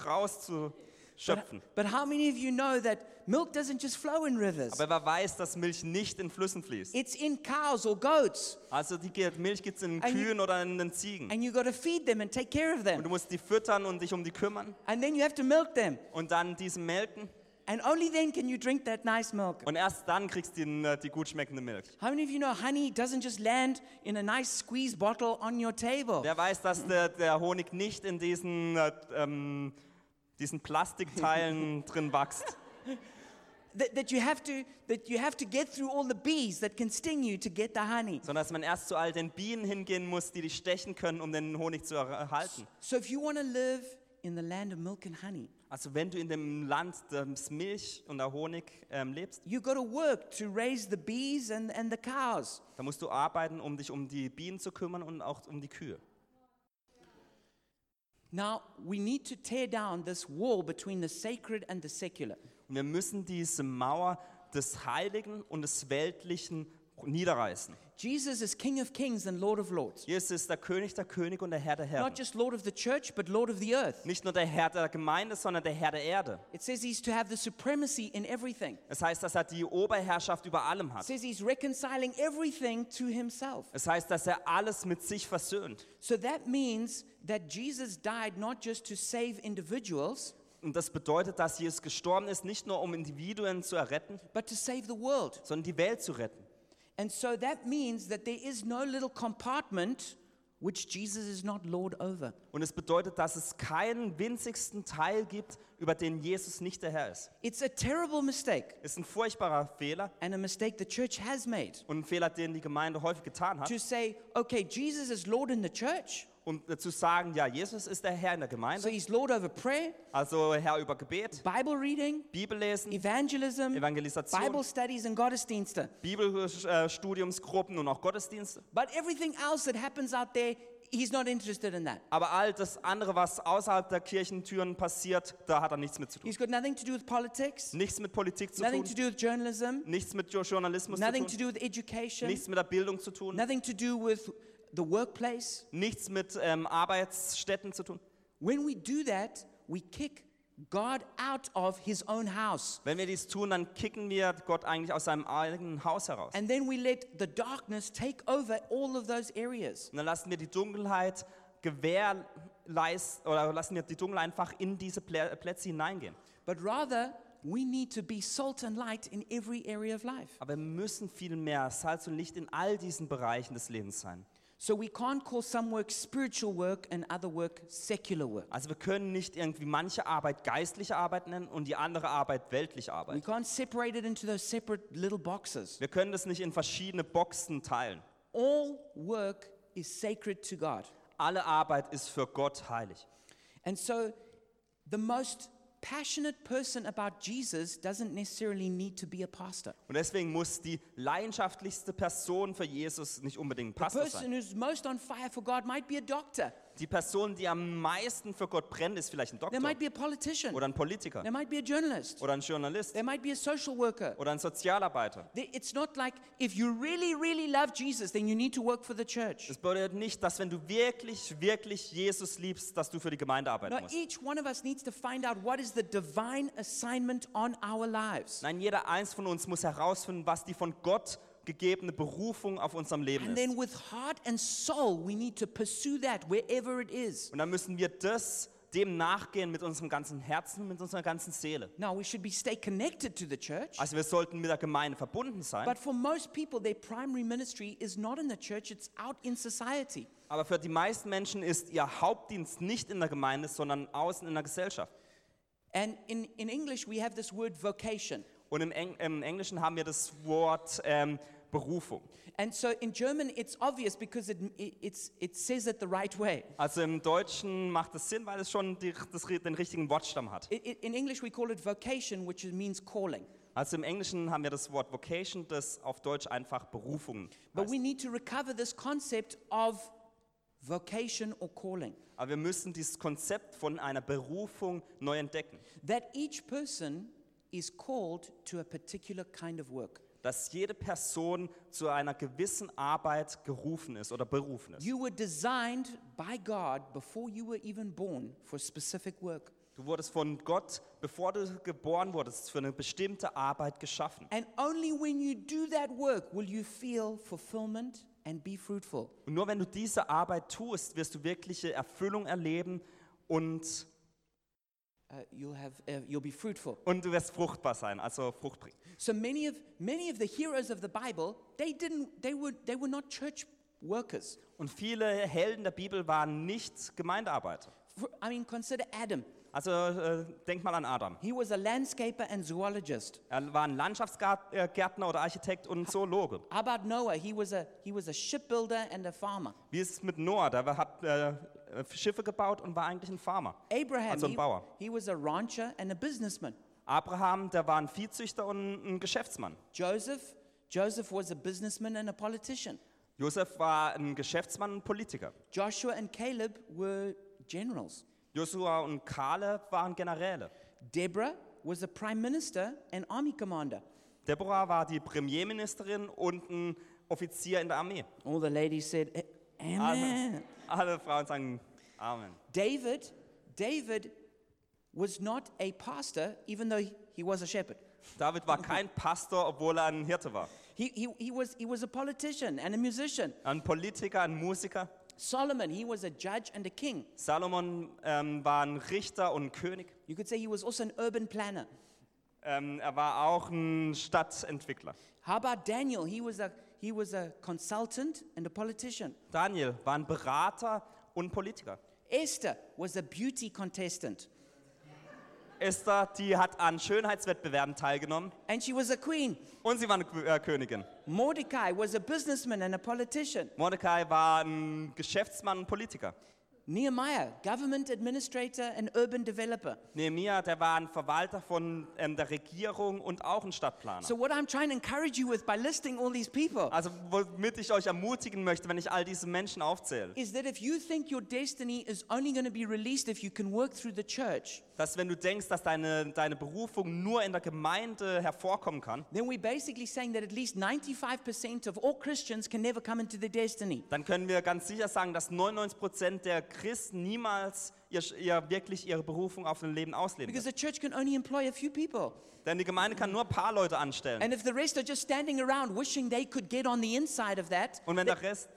[SPEAKER 2] rauszuschöpfen.
[SPEAKER 1] But how many of you know that milk doesn't just flow in rivers?
[SPEAKER 2] Aber wer weiß, dass Milch nicht in Flüssen fließt?
[SPEAKER 1] It's in cows or goats,
[SPEAKER 2] Also, die Ge- Milch gibt es in
[SPEAKER 1] And you-
[SPEAKER 2] Kühen oder in den Ziegen.
[SPEAKER 1] and you got to feed them and take care of
[SPEAKER 2] Und
[SPEAKER 1] them,
[SPEAKER 2] du musst die füttern und dich um die kümmern
[SPEAKER 1] and then you have to milk them,
[SPEAKER 2] und dann diese melken.
[SPEAKER 1] and only then can you drink that nice milk.
[SPEAKER 2] Und erst dann kriegst du die, äh, die gut schmeckende Milch.
[SPEAKER 1] How many of you know honey doesn't just land in a nice squeeze bottle on your table?
[SPEAKER 2] Wer weiß, dass der, der Honig nicht in diesen, äh, ähm, diesen Plastikteilen drin wächst.
[SPEAKER 1] That, that you have to that you have to get through all the bees that can sting you to get the honey.
[SPEAKER 2] Sondern dass man erst zu all den Bienen hingehen muss, die dich stechen können, um den Honig zu er- erhalten.
[SPEAKER 1] So if you want to live in the land of milk and honey,
[SPEAKER 2] Also wenn du in dem Land des Milch und der Honig ähm, lebst,
[SPEAKER 1] you got to work to raise the bees and, and the cows.
[SPEAKER 2] dann musst du arbeiten, um dich um die Bienen zu kümmern und auch um die Kühe.
[SPEAKER 1] Now we need to tear down this wall between the sacred and the secular.
[SPEAKER 2] Und wir müssen diese Mauer des Heiligen und des Weltlichen niederreißen.
[SPEAKER 1] Jesus is King of Kings and Lord of Lords.
[SPEAKER 2] Jesus ist der König der König und der Herr der Herren.
[SPEAKER 1] Not just Lord of the church, but Lord of the earth.
[SPEAKER 2] Nicht nur der Herr der Gemeinde, sondern der Herr der Erde.
[SPEAKER 1] It says he's to have the supremacy in everything.
[SPEAKER 2] Es heißt, dass er die Oberherrschaft über allem
[SPEAKER 1] It
[SPEAKER 2] hat.
[SPEAKER 1] says he's reconciling everything to himself.
[SPEAKER 2] Es heißt, dass er alles mit sich versöhnt.
[SPEAKER 1] So that means that Jesus died not just to save individuals,
[SPEAKER 2] Und das bedeutet, dass Jesus gestorben ist, nicht nur um Individuen zu erretten,
[SPEAKER 1] but to save the world.
[SPEAKER 2] sondern die Welt zu retten.
[SPEAKER 1] And so that means that there is no little compartment which Jesus is not Lord over.
[SPEAKER 2] Und es bedeutet, dass es keinen winzigsten Teil gibt, über den Jesus nicht der Herr ist.
[SPEAKER 1] It's a terrible mistake
[SPEAKER 2] Ist ein furchtbarer Fehler
[SPEAKER 1] and a mistake the church has made
[SPEAKER 2] und ein Fehler, den die Gemeinde häufig getan hat.
[SPEAKER 1] to say, okay, Jesus is Lord in the church,
[SPEAKER 2] Und zu sagen, ja, Jesus ist der Herr in der
[SPEAKER 1] so
[SPEAKER 2] Gemeinde,
[SPEAKER 1] he's Lord over prayer,
[SPEAKER 2] also Herr über Gebet,
[SPEAKER 1] Bible reading,
[SPEAKER 2] Bibel lesen,
[SPEAKER 1] evangelism, Bible
[SPEAKER 2] Evangelisation,
[SPEAKER 1] studies, and Gottesdienste.
[SPEAKER 2] Bibelstudiumsgruppen und auch Gottesdienste.
[SPEAKER 1] But everything else that happens out there, he's not interested in that.
[SPEAKER 2] Aber all das andere, was außerhalb der Kirchentüren passiert, da hat er nichts mit zu tun.
[SPEAKER 1] He's got nothing to do with politics,
[SPEAKER 2] Nichts mit Politik zu
[SPEAKER 1] nothing to
[SPEAKER 2] tun,
[SPEAKER 1] do with journalism,
[SPEAKER 2] nichts mit Jo- Journalismus zu
[SPEAKER 1] nothing to
[SPEAKER 2] tun,
[SPEAKER 1] do with education,
[SPEAKER 2] nichts mit der Bildung zu tun,
[SPEAKER 1] nothing to do with the workplace.
[SPEAKER 2] nichts mit ähm, Arbeitsstätten zu tun.
[SPEAKER 1] When we do that, we kick God out of his own house.
[SPEAKER 2] Wenn wir dies tun, dann kicken wir Gott eigentlich aus seinem eigenen Haus heraus.
[SPEAKER 1] And then we let the darkness take over all of those areas.
[SPEAKER 2] Und dann lassen wir die Dunkelheit gewährleisten oder lassen wir die Dunkelheit einfach in diese Plä- Plätze hineingehen.
[SPEAKER 1] But rather, we need to be salt and light in every area of life.
[SPEAKER 2] Aber wir müssen viel mehr Salz und Licht in all diesen Bereichen des Lebens sein.
[SPEAKER 1] So we can't call some work spiritual work and other work secular work.
[SPEAKER 2] Also wir können nicht irgendwie manche Arbeit geistliche Arbeit nennen und die andere Arbeit weltliche
[SPEAKER 1] We
[SPEAKER 2] Arbeit.
[SPEAKER 1] can't separate it into those separate little boxes.
[SPEAKER 2] Wir können das nicht in verschiedene Boxen teilen.
[SPEAKER 1] All work is sacred to God.
[SPEAKER 2] Alle Arbeit ist für Gott heilig.
[SPEAKER 1] And so the most passionate person about Jesus doesn't necessarily need to be a pastor.
[SPEAKER 2] Und deswegen muss die leidenschaftlichste Person für Jesus nicht unbedingt ein
[SPEAKER 1] The
[SPEAKER 2] Pastor sein.
[SPEAKER 1] person who's most on fire for God might be a doctor.
[SPEAKER 2] Die Person, die am meisten für Gott brennt, ist vielleicht ein
[SPEAKER 1] There
[SPEAKER 2] Doktor
[SPEAKER 1] might be a politician.
[SPEAKER 2] oder ein Politiker
[SPEAKER 1] There might be a journalist.
[SPEAKER 2] oder ein Journalist
[SPEAKER 1] There might be a social worker.
[SPEAKER 2] oder ein Sozialarbeiter.
[SPEAKER 1] There- It's not like if you really, really love Jesus, then you need to work for the church.
[SPEAKER 2] Das bedeutet nicht, dass wenn du wirklich, wirklich Jesus liebst, dass du für die Gemeinde arbeiten
[SPEAKER 1] No,
[SPEAKER 2] musst.
[SPEAKER 1] each one of us needs to find out what is the divine assignment on our lives.
[SPEAKER 2] Nein, jeder eins von uns muss herausfinden, was die von Gott gegebene Berufung auf unserem Leben
[SPEAKER 1] And
[SPEAKER 2] ist.
[SPEAKER 1] then with heart and soul, we need to pursue that wherever it is.
[SPEAKER 2] Und dann müssen wir das dem nachgehen mit unserem ganzen Herzen, mit unserer ganzen Seele.
[SPEAKER 1] Now, we should be stay connected to the church.
[SPEAKER 2] Also wir sollten mit der Gemeinde verbunden sein,
[SPEAKER 1] But for most people, their primary ministry is not in the church, it's out in society.
[SPEAKER 2] aber für die meisten Menschen ist ihr Hauptdienst nicht in der Gemeinde, sondern außen in der Gesellschaft.
[SPEAKER 1] And in, in English, we have this word vocation.
[SPEAKER 2] Und im, Eng im Englischen haben wir das Wort ähm, Berufung.
[SPEAKER 1] And so in German, it's obvious because it, it, it's, it says it the right way.
[SPEAKER 2] Also im Deutschen macht es Sinn, weil es schon die, das, den richtigen Wortstamm hat.
[SPEAKER 1] I i in English, we call it vocation, which is- means calling.
[SPEAKER 2] Also im Englischen haben wir das Wort Vocation, das auf Deutsch einfach Berufung
[SPEAKER 1] But
[SPEAKER 2] heißt.
[SPEAKER 1] we need to recover this concept of vocation or calling.
[SPEAKER 2] Aber wir müssen dieses Konzept von einer Berufung neu entdecken.
[SPEAKER 1] That each person is called to a particular kind of work.
[SPEAKER 2] Dass jede Person zu einer gewissen Arbeit gerufen ist oder berufen ist.
[SPEAKER 1] You were designed by God before you were even born for specific work.
[SPEAKER 2] Du wurdest von Gott, bevor du geboren wurdest, für eine bestimmte Arbeit geschaffen.
[SPEAKER 1] And only when you do that work will you feel fulfillment and be fruitful.
[SPEAKER 2] Und nur wenn du diese Arbeit tust, wirst du wirkliche Erfüllung erleben und,
[SPEAKER 1] Uh, you'll, have, uh, you'll be fruitful.
[SPEAKER 2] und du wirst fruchtbar sein, also Frucht bringen.
[SPEAKER 1] So many of, many of the heroes of the Bible, they, didn't, they, were, they were not church workers.
[SPEAKER 2] Und viele Helden der Bibel waren nicht Gemeindearbeiter.
[SPEAKER 1] For, I mean, consider Adam.
[SPEAKER 2] Also äh, denk mal an Adam.
[SPEAKER 1] He was a landscaper and zoologist.
[SPEAKER 2] Er war ein Landschaftsgärtner oder Architekt und Zoologe.
[SPEAKER 1] How about Noah? He was a, he was a shipbuilder and a farmer.
[SPEAKER 2] Wie ist es mit Noah? Der war- hat äh, Schiffe gebaut und war eigentlich ein Farmer.
[SPEAKER 1] Abraham,
[SPEAKER 2] Also ein
[SPEAKER 1] he,
[SPEAKER 2] Bauer.
[SPEAKER 1] he was a rancher and a businessman.
[SPEAKER 2] Abraham, der war ein Viehzüchter und ein Geschäftsmann.
[SPEAKER 1] Joseph, Joseph was a businessman and a politician.
[SPEAKER 2] Josef war ein Geschäftsmann und Politiker.
[SPEAKER 1] Joshua and Caleb were generals.
[SPEAKER 2] Josua und Kale waren Generäle.
[SPEAKER 1] Deborah was a prime minister and army commander.
[SPEAKER 2] Deborah war die Premierministerin und ein Offizier in der Armee.
[SPEAKER 1] All the ladies said, "A- Amen.
[SPEAKER 2] Alle Frauen sagen Amen.
[SPEAKER 1] David, David was not a pastor, even though he- he was a shepherd.
[SPEAKER 2] David war kein Pastor, obwohl er ein Hirte war.
[SPEAKER 1] He, he, he, was, he was a politician and a musician.
[SPEAKER 2] Ein Politiker, ein Musiker.
[SPEAKER 1] Solomon, he was a judge and a king.
[SPEAKER 2] Salomon ähm, war ein Richter und ein König.
[SPEAKER 1] You could say he was also an urban planner.
[SPEAKER 2] Ähm, er war auch ein Stadtentwickler.
[SPEAKER 1] How about Daniel? He was a, he was a consultant and a politician.
[SPEAKER 2] Daniel war ein Berater und Politiker.
[SPEAKER 1] Esther was a beauty contestant,
[SPEAKER 2] Esther, die hat an Schönheitswettbewerben teilgenommen
[SPEAKER 1] and she was a queen.
[SPEAKER 2] und sie war eine Qu- äh, Königin.
[SPEAKER 1] Mordecai was a businessman and a politician.
[SPEAKER 2] Mordecai war ein Geschäftsmann und Politiker.
[SPEAKER 1] Nehemiah, government administrator and urban developer.
[SPEAKER 2] Nehemiah, der war ein Verwalter von ähm, der Regierung und auch ein Stadtplaner.
[SPEAKER 1] So, what I'm trying to encourage you with by listing all these people
[SPEAKER 2] Also womit ich euch ermutigen möchte, wenn ich all diese Menschen aufzähle,
[SPEAKER 1] is that if you think your destiny is only going to be released if you can work through the church,
[SPEAKER 2] dass wenn du denkst, dass deine, deine Berufung nur in der Gemeinde hervorkommen kann,
[SPEAKER 1] then we're basically saying that at least 95% of all Christians can never come into their destiny.
[SPEAKER 2] dann können wir ganz sicher sagen, dass 99% der Christen niemals ihr, ihr wirklich ihre Berufung auf ein Leben ausleben
[SPEAKER 1] Because
[SPEAKER 2] werden.
[SPEAKER 1] the church can only employ a few people.
[SPEAKER 2] Denn die Gemeinde kann nur ein paar Leute anstellen.
[SPEAKER 1] And if the rest are just standing around wishing they could get on the inside of that,
[SPEAKER 2] Und wenn der Rest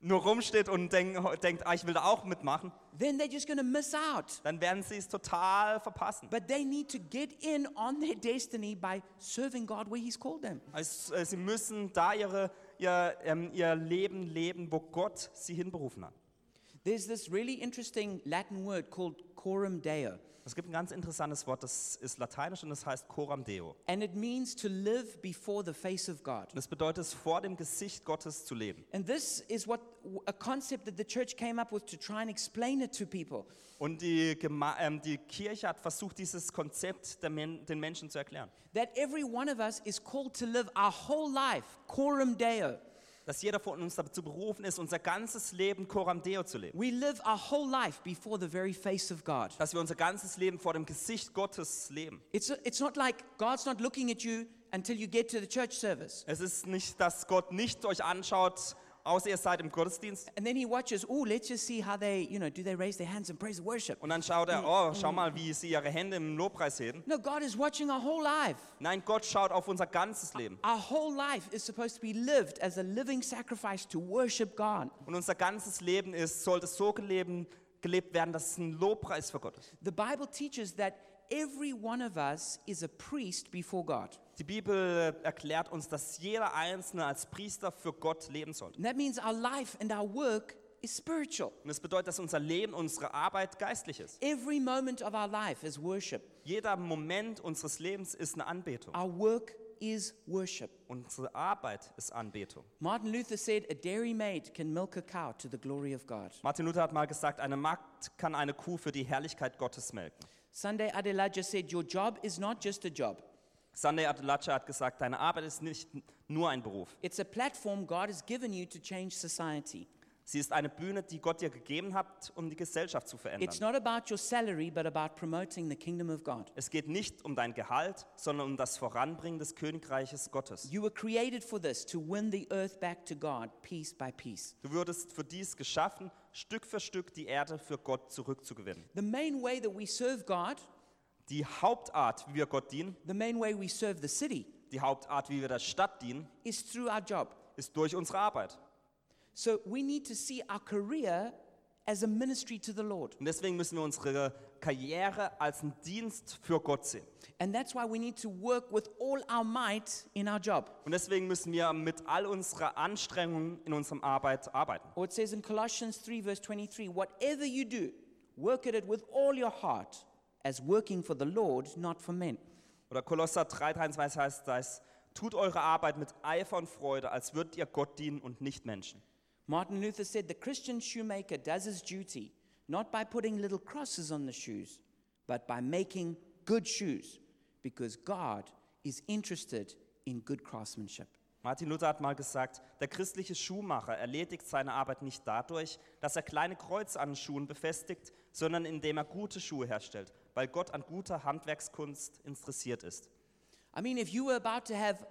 [SPEAKER 2] nur rumsteht und denk, denkt, ah, ich will da auch mitmachen,
[SPEAKER 1] then they're just going to miss out.
[SPEAKER 2] dann werden sie es total verpassen.
[SPEAKER 1] But they need to get in on their destiny by serving God where He's called them.
[SPEAKER 2] Also, äh, sie müssen da ihre, ihr, ähm, ihr Leben leben, wo Gott sie hinberufen hat.
[SPEAKER 1] There's this really interesting Latin word called coram deo,
[SPEAKER 2] Es gibt ein ganz interessantes Wort, das ist lateinisch und das heißt coram deo.
[SPEAKER 1] and it means to live before the face of God.
[SPEAKER 2] Das bedeutet, es vor dem Gesicht Gottes zu leben.
[SPEAKER 1] And this is what a concept that the church came up with to try and explain it to people.
[SPEAKER 2] Und die, Gema ähm, die Kirche hat versucht, dieses Konzept der Men den Menschen zu erklären.
[SPEAKER 1] That every one of us is called to live our whole life coram deo.
[SPEAKER 2] Dass jeder von uns dazu berufen ist, unser ganzes Leben coram deo zu leben.
[SPEAKER 1] We live our whole life before the very face of God.
[SPEAKER 2] Dass wir unser ganzes Leben vor dem Gesicht Gottes leben.
[SPEAKER 1] It's, it's not like God's not looking at you until you get to the church service.
[SPEAKER 2] Es ist nicht, dass Gott nicht euch anschaut, außer ihr seid im Gottesdienst.
[SPEAKER 1] And then he watches, oh, let's just see how they, you know, do they raise their hands and praise and worship?
[SPEAKER 2] Und dann schaut er, oh, schau mal, wie sie ihre Hände im Lobpreis heben.
[SPEAKER 1] No, God is watching our whole life.
[SPEAKER 2] Nein, Gott schaut auf unser ganzes Leben.
[SPEAKER 1] Our whole life is supposed to be lived as a living sacrifice to worship God.
[SPEAKER 2] Und unser ganzes Leben ist, sollte so geleben, gelebt werden, dass es ein Lobpreis für Gott ist.
[SPEAKER 1] The Bible teaches that every one of us is a priest before God.
[SPEAKER 2] Die Bibel äh, erklärt uns, dass jeder Einzelne als Priester für Gott leben sollte.
[SPEAKER 1] And that means our life and our work is spiritual.
[SPEAKER 2] Und das bedeutet, dass unser Leben, unsere Arbeit geistlich ist.
[SPEAKER 1] Every moment of our life is worship.
[SPEAKER 2] Jeder Moment unseres Lebens ist eine Anbetung.
[SPEAKER 1] Our work is worship.
[SPEAKER 2] Unsere Arbeit ist Anbetung.
[SPEAKER 1] Martin Luther said, A dairymaid can milk a cow to the glory of God.
[SPEAKER 2] Martin Luther hat mal gesagt, eine Magd kann eine Kuh für die Herrlichkeit Gottes melken.
[SPEAKER 1] Sunday Adelaja said, Your job is not just a job,
[SPEAKER 2] Sunday Adelaja hat gesagt, deine Arbeit ist nicht nur ein Beruf.
[SPEAKER 1] it's a platform God has given you to change society.
[SPEAKER 2] Sie ist eine Bühne, die Gott dir gegeben hat, um die Gesellschaft zu verändern.
[SPEAKER 1] It's not about your salary, but about promoting the kingdom of God.
[SPEAKER 2] Es geht nicht um dein Gehalt, sondern um das Voranbringen des Königreiches Gottes.
[SPEAKER 1] You were created for this, to win the earth back to God, piece by piece.
[SPEAKER 2] Du wurdest für dies geschaffen, Stück für Stück die Erde für Gott zurückzugewinnen.
[SPEAKER 1] The main way that we serve God,
[SPEAKER 2] Die Hauptart, wie wir Gott dienen,
[SPEAKER 1] the main way we serve the city,
[SPEAKER 2] die Hauptart, wie wir der Stadt dienen,
[SPEAKER 1] is through our job.
[SPEAKER 2] ist durch unsere Arbeit.
[SPEAKER 1] So we need to see our career as a ministry to the Lord.
[SPEAKER 2] Und deswegen müssen wir unsere Karriere als einen Dienst für Gott sehen.
[SPEAKER 1] And that's why we need to work with all our might in our job.
[SPEAKER 2] Und deswegen müssen wir mit all unserer Anstrengung in unserer Arbeit arbeiten.
[SPEAKER 1] Or it says in Colossians 3, verse 23 whatever you do, work at it with all your heart, as working for the Lord, not for men.
[SPEAKER 2] Oder Kolosser 3,23 heißt das, tut eure Arbeit mit Eifer und Freude, als würdet ihr Gott dienen und nicht Menschen.
[SPEAKER 1] Martin Luther said the Christian shoemaker does his duty not by putting little crosses on the shoes, but by making good shoes, because God is interested in good craftsmanship.
[SPEAKER 2] Martin Luther hat mal gesagt, der christliche Schuhmacher erledigt seine Arbeit nicht dadurch, dass er kleine Kreuze an Schuhen befestigt, sondern indem er gute Schuhe herstellt, weil Gott an guter Handwerkskunst interessiert ist.
[SPEAKER 1] I mean, if you were about to have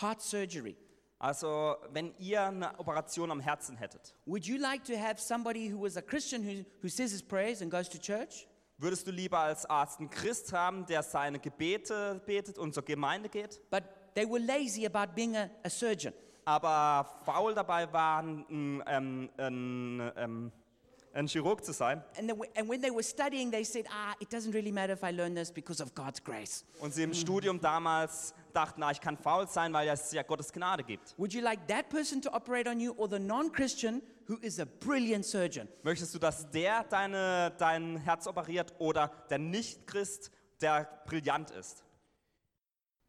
[SPEAKER 1] heart surgery,
[SPEAKER 2] Also, wenn ihr eine Operation am Herzen hättet,
[SPEAKER 1] would you like to have somebody who was a Christian who, who says his prayers and goes to church?
[SPEAKER 2] würdest du lieber als Arzt einen Christ haben, der seine Gebete betet und zur Gemeinde geht,
[SPEAKER 1] But they were lazy about being a, a surgeon.
[SPEAKER 2] aber faul dabei war, ein, ein, ähm, ein, ähm, ein Chirurg zu sein.
[SPEAKER 1] And, the, and when they were studying, they said, ah, it doesn't really matter if I learn this because of God's grace.
[SPEAKER 2] Und sie im Studium damals dachten, na, ich kann faul sein, weil es ja Gottes Gnade gibt.
[SPEAKER 1] Would you like that person to operate on you or the non Christian who is a brilliant surgeon?
[SPEAKER 2] Möchtest du, dass der deine, dein Herz operiert oder der Nichtchrist, der brillant ist?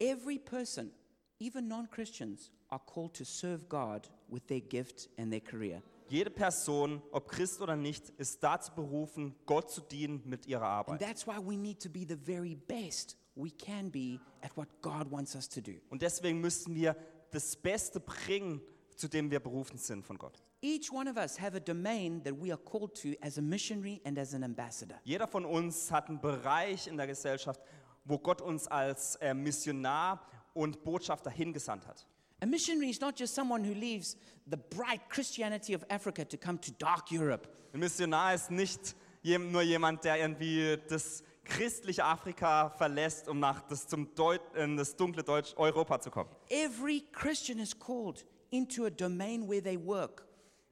[SPEAKER 1] Every person, even non Christians, are called to serve God with their gift and their career.
[SPEAKER 2] Jede Person, ob Christ oder nicht, ist dazu berufen, Gott zu dienen mit ihrer
[SPEAKER 1] And
[SPEAKER 2] Arbeit.
[SPEAKER 1] that's why we need to be the very best we can be at what God wants us to do.
[SPEAKER 2] Und deswegen müssen wir das Beste bringen, zu dem wir berufen sind von Gott.
[SPEAKER 1] Each one of us have a domain that we are called to as a missionary and as an ambassador.
[SPEAKER 2] Jeder von uns hat einen Bereich in der Gesellschaft, wo Gott uns als äh, Missionar und Botschafter hingesandt hat.
[SPEAKER 1] A missionary is not just someone who leaves the bright Christianity of Africa to come to dark Europe.
[SPEAKER 2] Ein Missionar ist nicht jem- nur jemand, der irgendwie das christliche Afrika verlässt, um nach das, zum Deut in das dunkle Deutsch Europa zu kommen.
[SPEAKER 1] Every Christian is called into a domain where they work.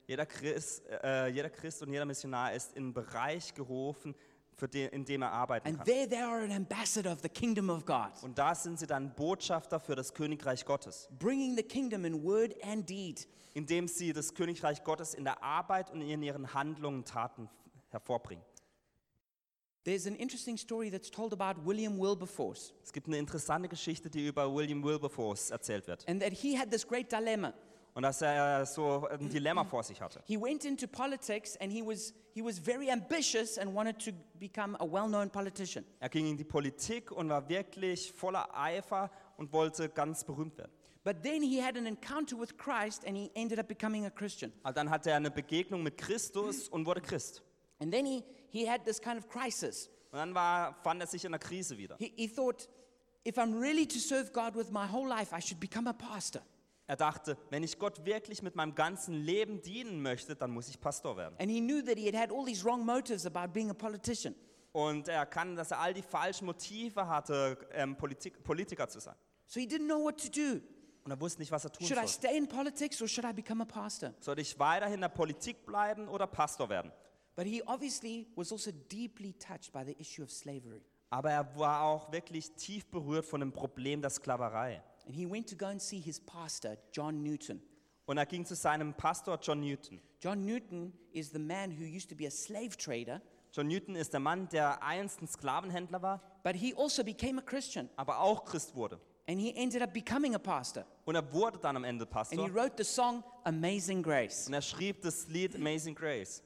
[SPEAKER 2] Jeder Christ, äh, jeder Christ und jeder Missionar ist in einen Bereich gerufen, für den, in dem er arbeiten
[SPEAKER 1] And
[SPEAKER 2] kann.
[SPEAKER 1] there they are an ambassador of the kingdom of God,
[SPEAKER 2] Und da sind sie dann Botschafter für das Königreich Gottes,
[SPEAKER 1] bringing the kingdom in word and deed.
[SPEAKER 2] indem sie das Königreich Gottes in der Arbeit und in ihren Handlungen und Taten hervorbringen.
[SPEAKER 1] There's an interesting story that's told about William Wilberforce,
[SPEAKER 2] Es gibt eine interessante Geschichte, die über William Wilberforce erzählt wird.
[SPEAKER 1] and that he had this great dilemma.
[SPEAKER 2] Und dass er so ein Dilemma vor sich hatte.
[SPEAKER 1] He went into politics and he was, he was very ambitious and wanted to become a well known politician.
[SPEAKER 2] Er ging in die Politik und war wirklich voller Eifer und wollte ganz berühmt werden.
[SPEAKER 1] But then he had an encounter with Christ and he ended up becoming a Christian.
[SPEAKER 2] Aber dann hatte er eine Begegnung mit Christus und wurde Christ.
[SPEAKER 1] And then he, he had this kind of crisis.
[SPEAKER 2] Und dann war, fand er sich in einer Krise wieder.
[SPEAKER 1] He, he thought, if I'm really to serve God with my whole life, I should become a pastor.
[SPEAKER 2] Er dachte, wenn ich Gott wirklich mit meinem ganzen Leben dienen möchte, dann muss ich Pastor werden.
[SPEAKER 1] And he knew that he had had all these wrong motives about being a politician.
[SPEAKER 2] Und er erkannte, dass er all die falschen Motive hatte, ähm, Politik, Politiker zu sein.
[SPEAKER 1] So he didn't know what to do.
[SPEAKER 2] Und er wusste nicht, was er tun
[SPEAKER 1] Should I
[SPEAKER 2] sollte.
[SPEAKER 1] stay in politics or should I become a pastor?
[SPEAKER 2] Sollte ich weiterhin in der Politik bleiben oder Pastor werden?
[SPEAKER 1] But he obviously was also deeply touched by the issue of slavery.
[SPEAKER 2] Aber er war auch wirklich tief berührt von dem Problem der Sklaverei.
[SPEAKER 1] And he went to go and see his pastor, John Newton.
[SPEAKER 2] Und er ging zu seinem Pastor John Newton.
[SPEAKER 1] John Newton is the man who used to be a slave trader,
[SPEAKER 2] John Newton ist der Mann, der einst ein Sklavenhändler war,
[SPEAKER 1] but he also became a Christian
[SPEAKER 2] aber auch Christ wurde.
[SPEAKER 1] and he ended up becoming a pastor.
[SPEAKER 2] Und er wurde dann am Ende
[SPEAKER 1] And he
[SPEAKER 2] Pastor.
[SPEAKER 1] wrote the song Amazing Grace.
[SPEAKER 2] Und er schrieb das Lied Amazing Grace.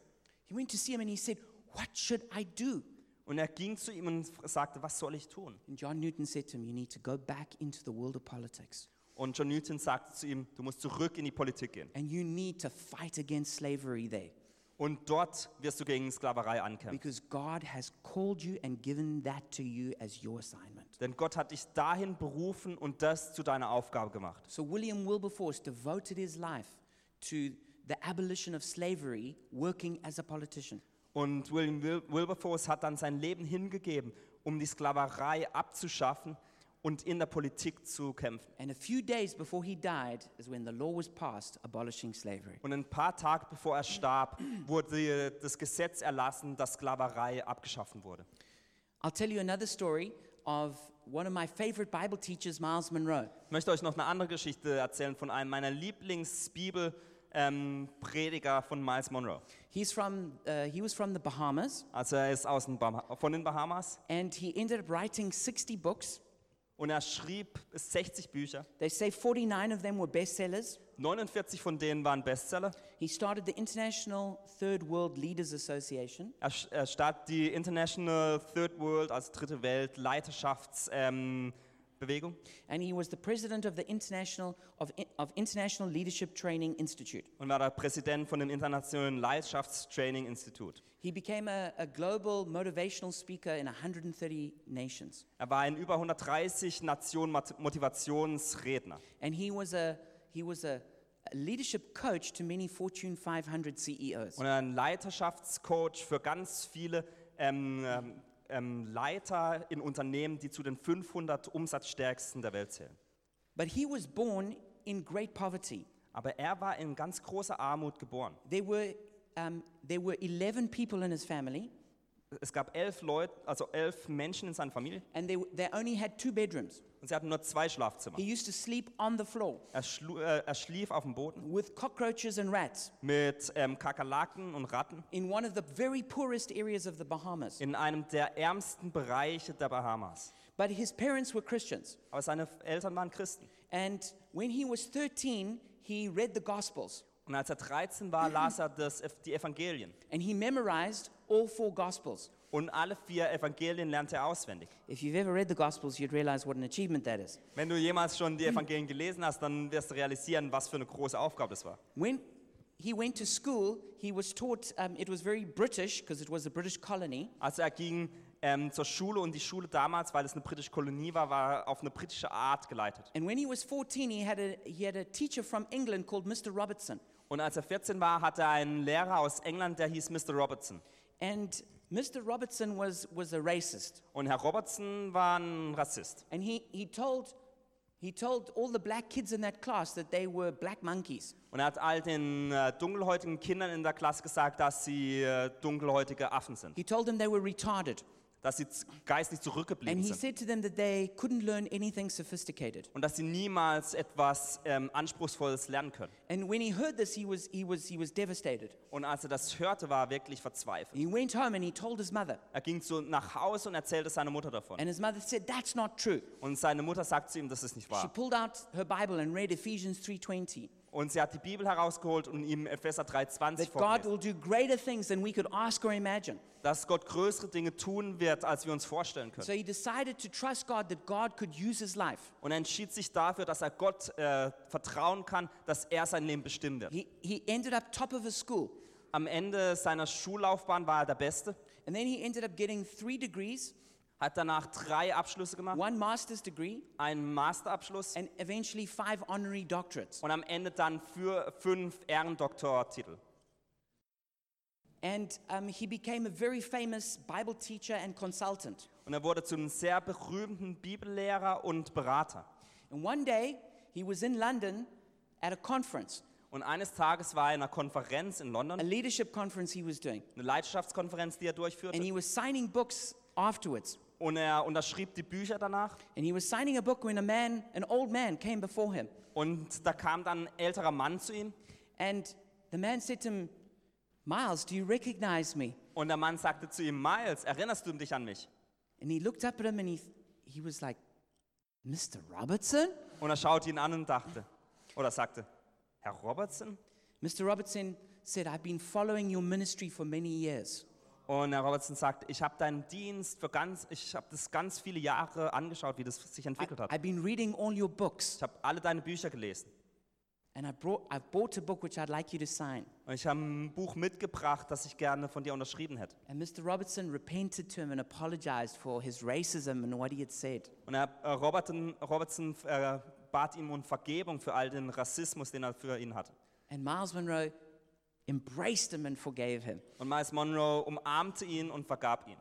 [SPEAKER 1] He went to see him and he said, What should I do?
[SPEAKER 2] Und er ging zu ihm und f- sagte, was soll ich tun?
[SPEAKER 1] And John Newton said to him, You need to go back into the world of politics
[SPEAKER 2] Und John Newton sagte zu ihm, du musst zurück in die Politik gehen.
[SPEAKER 1] and you need to fight against slavery there
[SPEAKER 2] Und dort wirst du gegen Sklaverei ankämpfen.
[SPEAKER 1] because God has called you and given that to you as your assignment.
[SPEAKER 2] Denn Gott hat dich dahin berufen und das zu deiner Aufgabe gemacht.
[SPEAKER 1] So William Wilberforce devoted his life to the abolition of slavery working as a politician.
[SPEAKER 2] Und William Wil- Wilberforce hat dann sein Leben hingegeben, um die Sklaverei abzuschaffen und in der Politik zu kämpfen.
[SPEAKER 1] And a few days before he died is when the law was passed abolishing slavery.
[SPEAKER 2] Und ein paar Tage bevor er starb, wurde das Gesetz erlassen, dass Sklaverei abgeschaffen wurde.
[SPEAKER 1] I'll tell you another story of one of my favorite Bible teachers, Miles Monroe.
[SPEAKER 2] Ich möchte euch noch eine andere Geschichte erzählen von einem meiner Lieblingsbibelprediger von Miles Monroe.
[SPEAKER 1] He's from, uh, he was from the Bahamas
[SPEAKER 2] Also er ist aus den Bahama- von den Bahamas
[SPEAKER 1] and he ended up writing 60 books.
[SPEAKER 2] und er schrieb 60 Bücher.
[SPEAKER 1] They say 49 of them were bestsellers.
[SPEAKER 2] 49 von denen waren Bestseller.
[SPEAKER 1] He started the International Third World Leaders Association.
[SPEAKER 2] Er, sch- er startet die International Third World, also Dritte Welt Leiterschaftsbewegung. Ähm, Bewegung.
[SPEAKER 1] and he was the president of the international of, I- of international leadership training institute
[SPEAKER 2] und war der Präsident von dem Internationalen Leiterschaftstraining Institut.
[SPEAKER 1] he became a, a global motivational speaker in 130 nations
[SPEAKER 2] Er war in über 130 Nationen Mat- Motivationsredner.
[SPEAKER 1] and he was a he was a a leadership coach to many fortune 500 ceos
[SPEAKER 2] Und ein Leiterschaftscoach für ganz viele ähm, ähm, ähm, Leiter in Unternehmen, die zu den 500 umsatzstärksten der Welt zählen.
[SPEAKER 1] but he was born in great poverty
[SPEAKER 2] Aber er war in ganz großer Armut geboren.
[SPEAKER 1] there were um, there were 11 people in his family,
[SPEAKER 2] Es gab elf Leute, also elf Menschen in seiner Familie
[SPEAKER 1] and they, they only had two bedrooms.
[SPEAKER 2] und sie hatten nur zwei Schlafzimmer.
[SPEAKER 1] He used to sleep on the floor
[SPEAKER 2] Er, schlu äh, er schlief auf dem Boden
[SPEAKER 1] with cockroaches and rats
[SPEAKER 2] mit ähm, Kakerlaken und Ratten
[SPEAKER 1] in one of the very poorest areas of the Bahamas.
[SPEAKER 2] in einem der ärmsten Bereiche der Bahamas.
[SPEAKER 1] But his parents were Christians.
[SPEAKER 2] Aber seine F- Eltern waren Christen.
[SPEAKER 1] And when he was 13, he read the Gospels
[SPEAKER 2] Und als er 13 war, las er das, Ev- die Evangelien.
[SPEAKER 1] and he memorized all four Gospels.
[SPEAKER 2] Und alle vier Evangelien lernte er auswendig.
[SPEAKER 1] If you've ever read the Gospels, you'd realize what an achievement that is.
[SPEAKER 2] Wenn du jemals schon die Evangelien gelesen hast, dann wirst du realisieren, was für eine große Aufgabe das war.
[SPEAKER 1] When he went to school, he was taught, um, it was very British because it was a British colony.
[SPEAKER 2] Also er ging ähm, zur Schule und die Schule damals, weil es eine britische Kolonie war, war auf eine britische Art geleitet.
[SPEAKER 1] And when he was 14, he had a, he had a teacher from England called Mr. Robertson.
[SPEAKER 2] Und als er 14 war, hatte er einen Lehrer aus England, der hieß Mr. Robertson.
[SPEAKER 1] And Mr. Robertson was, was a racist.
[SPEAKER 2] Und Herr Robertson war ein Rassist.
[SPEAKER 1] And he, he, told, he told all the black kids in that class that they were black monkeys.
[SPEAKER 2] Und er hat all den äh, dunkelhäutigen Kindern in der Klasse gesagt, dass sie äh, dunkelhäutige Affen sind,
[SPEAKER 1] He told them they were retarded.
[SPEAKER 2] dass sie z- geistig
[SPEAKER 1] And
[SPEAKER 2] zurückgeblieben
[SPEAKER 1] he
[SPEAKER 2] sind
[SPEAKER 1] said to them that they couldn't learn anything sophisticated.
[SPEAKER 2] und dass sie niemals etwas ähm, Anspruchsvolles lernen können.
[SPEAKER 1] And when he heard this, he was, he was, he was devastated.
[SPEAKER 2] Und als er das hörte, war er wirklich verzweifelt.
[SPEAKER 1] He went home and he told his mother.
[SPEAKER 2] Er ging so nach Hause und erzählte seiner Mutter davon.
[SPEAKER 1] And his mother said, That's not true.
[SPEAKER 2] Und seine Mutter sagt zu ihm, das ist nicht
[SPEAKER 1] She
[SPEAKER 2] wahr.
[SPEAKER 1] pulled out her Bible and read Ephesians 3:20
[SPEAKER 2] Und sie hat die Bibel herausgeholt und ihm Epheser 3,20
[SPEAKER 1] that God
[SPEAKER 2] vorgelesen,
[SPEAKER 1] will do greater things than we could ask or imagine.
[SPEAKER 2] dass Gott größere Dinge tun wird, als wir uns vorstellen können.
[SPEAKER 1] So he decided to trust God that God could use his life.
[SPEAKER 2] Und er entschied sich dafür, dass er Gott äh, vertrauen kann, dass er sein Leben bestimmen wird.
[SPEAKER 1] He, he ended up top of his school.
[SPEAKER 2] Am Ende seiner Schullaufbahn war er der Beste,
[SPEAKER 1] And then he ended up getting three degrees,
[SPEAKER 2] hat danach drei Abschlüsse gemacht,
[SPEAKER 1] one master's degree,
[SPEAKER 2] einen Masterabschluss
[SPEAKER 1] and eventually five honorary doctorates.
[SPEAKER 2] und am Ende dann für fünf Ehrendoktortitel.
[SPEAKER 1] And um, he became a very famous Bible teacher and consultant.
[SPEAKER 2] Und er wurde zu einem sehr berühmten Bibellehrer und Berater.
[SPEAKER 1] And one day, he was in London at a conference,
[SPEAKER 2] Und eines Tages war er in einer Konferenz in London,
[SPEAKER 1] a leadership conference he was doing.
[SPEAKER 2] eine Leidenschaftskonferenz, die er durchführte.
[SPEAKER 1] And he was signing books afterwards.
[SPEAKER 2] Und er unterschrieb die Bücher danach.
[SPEAKER 1] And he was signing a book when a man, an old man, came before him.
[SPEAKER 2] Und da kam dann ein älterer Mann zu ihm.
[SPEAKER 1] And the man said to him, Miles, do you recognize me?
[SPEAKER 2] Und der Mann sagte zu ihm, Miles, erinnerst du dich an mich?
[SPEAKER 1] And he looked up at him and he, he was like, Mr. Robertson?
[SPEAKER 2] Und er schaute ihn an und dachte, oder sagte, Herr Robertson?
[SPEAKER 1] Mr. Robertson said, I've been following your ministry for many years.
[SPEAKER 2] Und Herr Robertson sagte, ich habe deinen Dienst für ganz, ich habe das ganz viele Jahre angeschaut, wie das sich entwickelt hat.
[SPEAKER 1] I've been reading all your books
[SPEAKER 2] Ich habe alle deine Bücher gelesen.
[SPEAKER 1] and I brought, I've bought a book which I'd like you to sign.
[SPEAKER 2] Und ich habe ein Buch mitgebracht, das ich gerne von dir unterschrieben hätte.
[SPEAKER 1] And Mr. Robertson repented to him and apologized for his racism and what he had said.
[SPEAKER 2] Und Herr äh, Robertson, Robertson äh, bat ihm um Vergebung für all den Rassismus, den er für ihn hatte.
[SPEAKER 1] And Miles Monroe embraced him and forgave him.
[SPEAKER 2] Und Miles Monroe umarmte ihn und vergab ihn.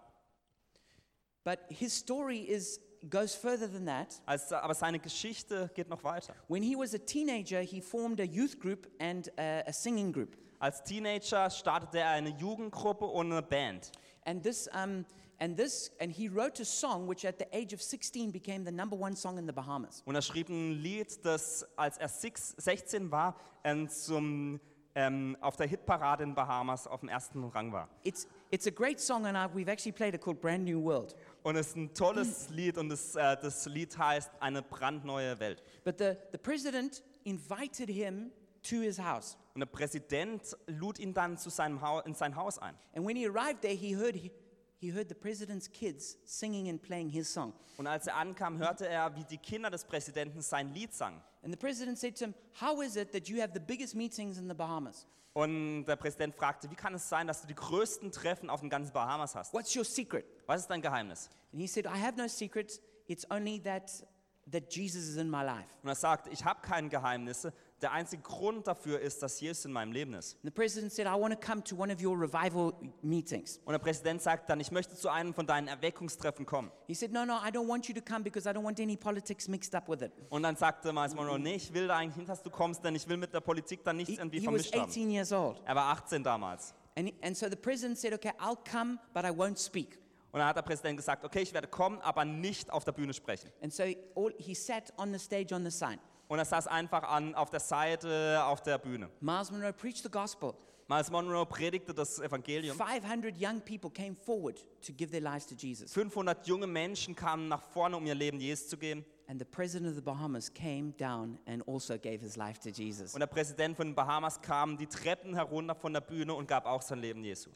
[SPEAKER 1] But his story is, goes further than that.
[SPEAKER 2] Als, aber seine Geschichte geht noch weiter.
[SPEAKER 1] When he was a teenager, he formed a youth group and a, a singing group.
[SPEAKER 2] Als Teenager startete er eine Jugendgruppe und eine Band.
[SPEAKER 1] And this, um, and this, and he wrote a song which at the age of 16 became the number one song in the Bahamas.
[SPEAKER 2] Und er schrieb ein Lied, das, als er six, 16 war, ähm, zum, ähm, auf der Hitparade in Bahamas auf dem ersten Rang war.
[SPEAKER 1] It's, it's a great song, and I, we've actually played it called Brand New World.
[SPEAKER 2] Und es ist ein tolles Lied und das, äh, das Lied heißt Eine brandneue Welt.
[SPEAKER 1] But the, the president invited him to his house.
[SPEAKER 2] Und der Präsident lud ihn dann zu seinem Hau in sein Haus ein.
[SPEAKER 1] And when he arrived there, he heard, he, he heard the president's kids singing and playing his song.
[SPEAKER 2] Und als er ankam, hörte er, wie die Kinder des Präsidenten sein Lied sangen.
[SPEAKER 1] And the president said to him, How is it that you have the biggest meetings in the Bahamas?
[SPEAKER 2] Und der Präsident fragte, wie kann es sein, dass du die größten Treffen auf den ganzen Bahamas hast?
[SPEAKER 1] What's your secret?
[SPEAKER 2] Was ist dein Geheimnis?
[SPEAKER 1] And he said, I have no secrets. It's only that, that Jesus is in my life.
[SPEAKER 2] Und er sagte, ich habe keine Geheimnisse. Der einzige Grund dafür ist, dass Jesus in meinem Leben ist.
[SPEAKER 1] And the president said, I want to come to one of your revival meetings.
[SPEAKER 2] Und der Präsident sagt dann, ich möchte zu einem von deinen Erweckungstreffen kommen.
[SPEAKER 1] He said, No, no, I don't want you to come because I don't want any politics mixed up with it.
[SPEAKER 2] Und dann sagte Miles Monroe, nee, ich will da eigentlich nicht, dass du kommst, denn ich will mit der Politik dann nichts
[SPEAKER 1] He,
[SPEAKER 2] irgendwie
[SPEAKER 1] he was
[SPEAKER 2] vermischt haben.
[SPEAKER 1] 18 years old.
[SPEAKER 2] Er war 18 damals.
[SPEAKER 1] And, and so the president said, Okay, I'll come, but I won't speak.
[SPEAKER 2] Und dann hat der Präsident gesagt, okay, ich werde kommen, aber nicht auf der Bühne sprechen.
[SPEAKER 1] And so he- all, he sat on the stage on the sign.
[SPEAKER 2] Und er saß einfach an, auf der Seite, auf der Bühne.
[SPEAKER 1] Miles Monroe preached the gospel.
[SPEAKER 2] Miles Monroe predigte das Evangelium.
[SPEAKER 1] 500 young people came forward to give their lives to Jesus.
[SPEAKER 2] 500 junge Menschen kamen nach vorne, um ihr Leben Jesus zu geben.
[SPEAKER 1] And the president of the Bahamas came down and also gave his life to Jesus.
[SPEAKER 2] Und der Präsident von den Bahamas kam die Treppen herunter von der Bühne und gab auch sein Leben Jesu.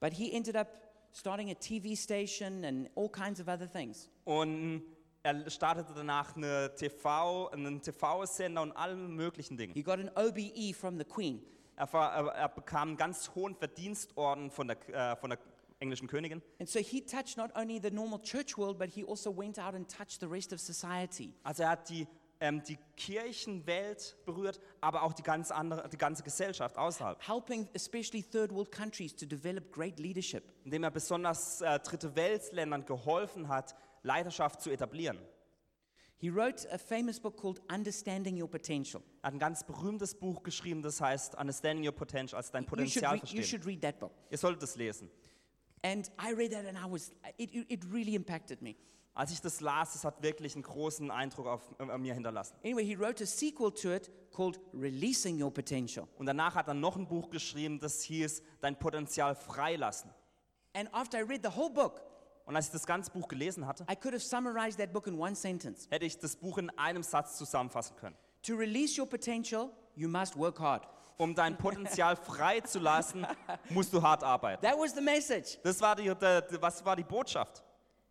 [SPEAKER 1] But he ended up starting a TV station and all kinds of other things.
[SPEAKER 2] Und er startete danach eine TV, einen TV-Sender und allen möglichen Dingen.
[SPEAKER 1] He got an OBE from the Queen.
[SPEAKER 2] Er, war, er, er bekam einen ganz hohen Verdienstorden von der, äh, von der englischen Königin.
[SPEAKER 1] And so he touched not only the normal church world, but he also went out and touched the rest of society.
[SPEAKER 2] Also er hat die, ähm, die Kirchenwelt berührt, aber auch die, ganz andere, die ganze Gesellschaft außerhalb,
[SPEAKER 1] helping especially third world countries to develop great leadership.
[SPEAKER 2] indem er besonders äh, Dritte Weltländern geholfen hat, Leidenschaft zu etablieren.
[SPEAKER 1] He wrote a famous book called Understanding Your Potential.
[SPEAKER 2] Er hat ein ganz berühmtes Buch geschrieben, das heißt Understanding Your Potential, also dein
[SPEAKER 1] You should,
[SPEAKER 2] Potenzial
[SPEAKER 1] re- you
[SPEAKER 2] verstehen.
[SPEAKER 1] should read that book.
[SPEAKER 2] Ihr solltet es lesen.
[SPEAKER 1] And I read that and I was, it, it, it really impacted me.
[SPEAKER 2] Als ich das las, es hat wirklich einen großen Eindruck auf äh, mir hinterlassen.
[SPEAKER 1] Anyway, he wrote a sequel to it called Releasing Your Potential.
[SPEAKER 2] Und danach hat er noch ein Buch geschrieben, das hieß Dein Potenzial freilassen.
[SPEAKER 1] And after I read the whole book,
[SPEAKER 2] Und als ich das ganze Buch gelesen hatte,
[SPEAKER 1] I could have summarized that book in one sentence.
[SPEAKER 2] hätte ich das Buch in einem Satz zusammenfassen können.
[SPEAKER 1] To release your potential, you must work hard.
[SPEAKER 2] Um dein Potenzial freizulassen, musst du hart arbeiten.
[SPEAKER 1] That was the message.
[SPEAKER 2] Das war die, der- die, was war die Botschaft?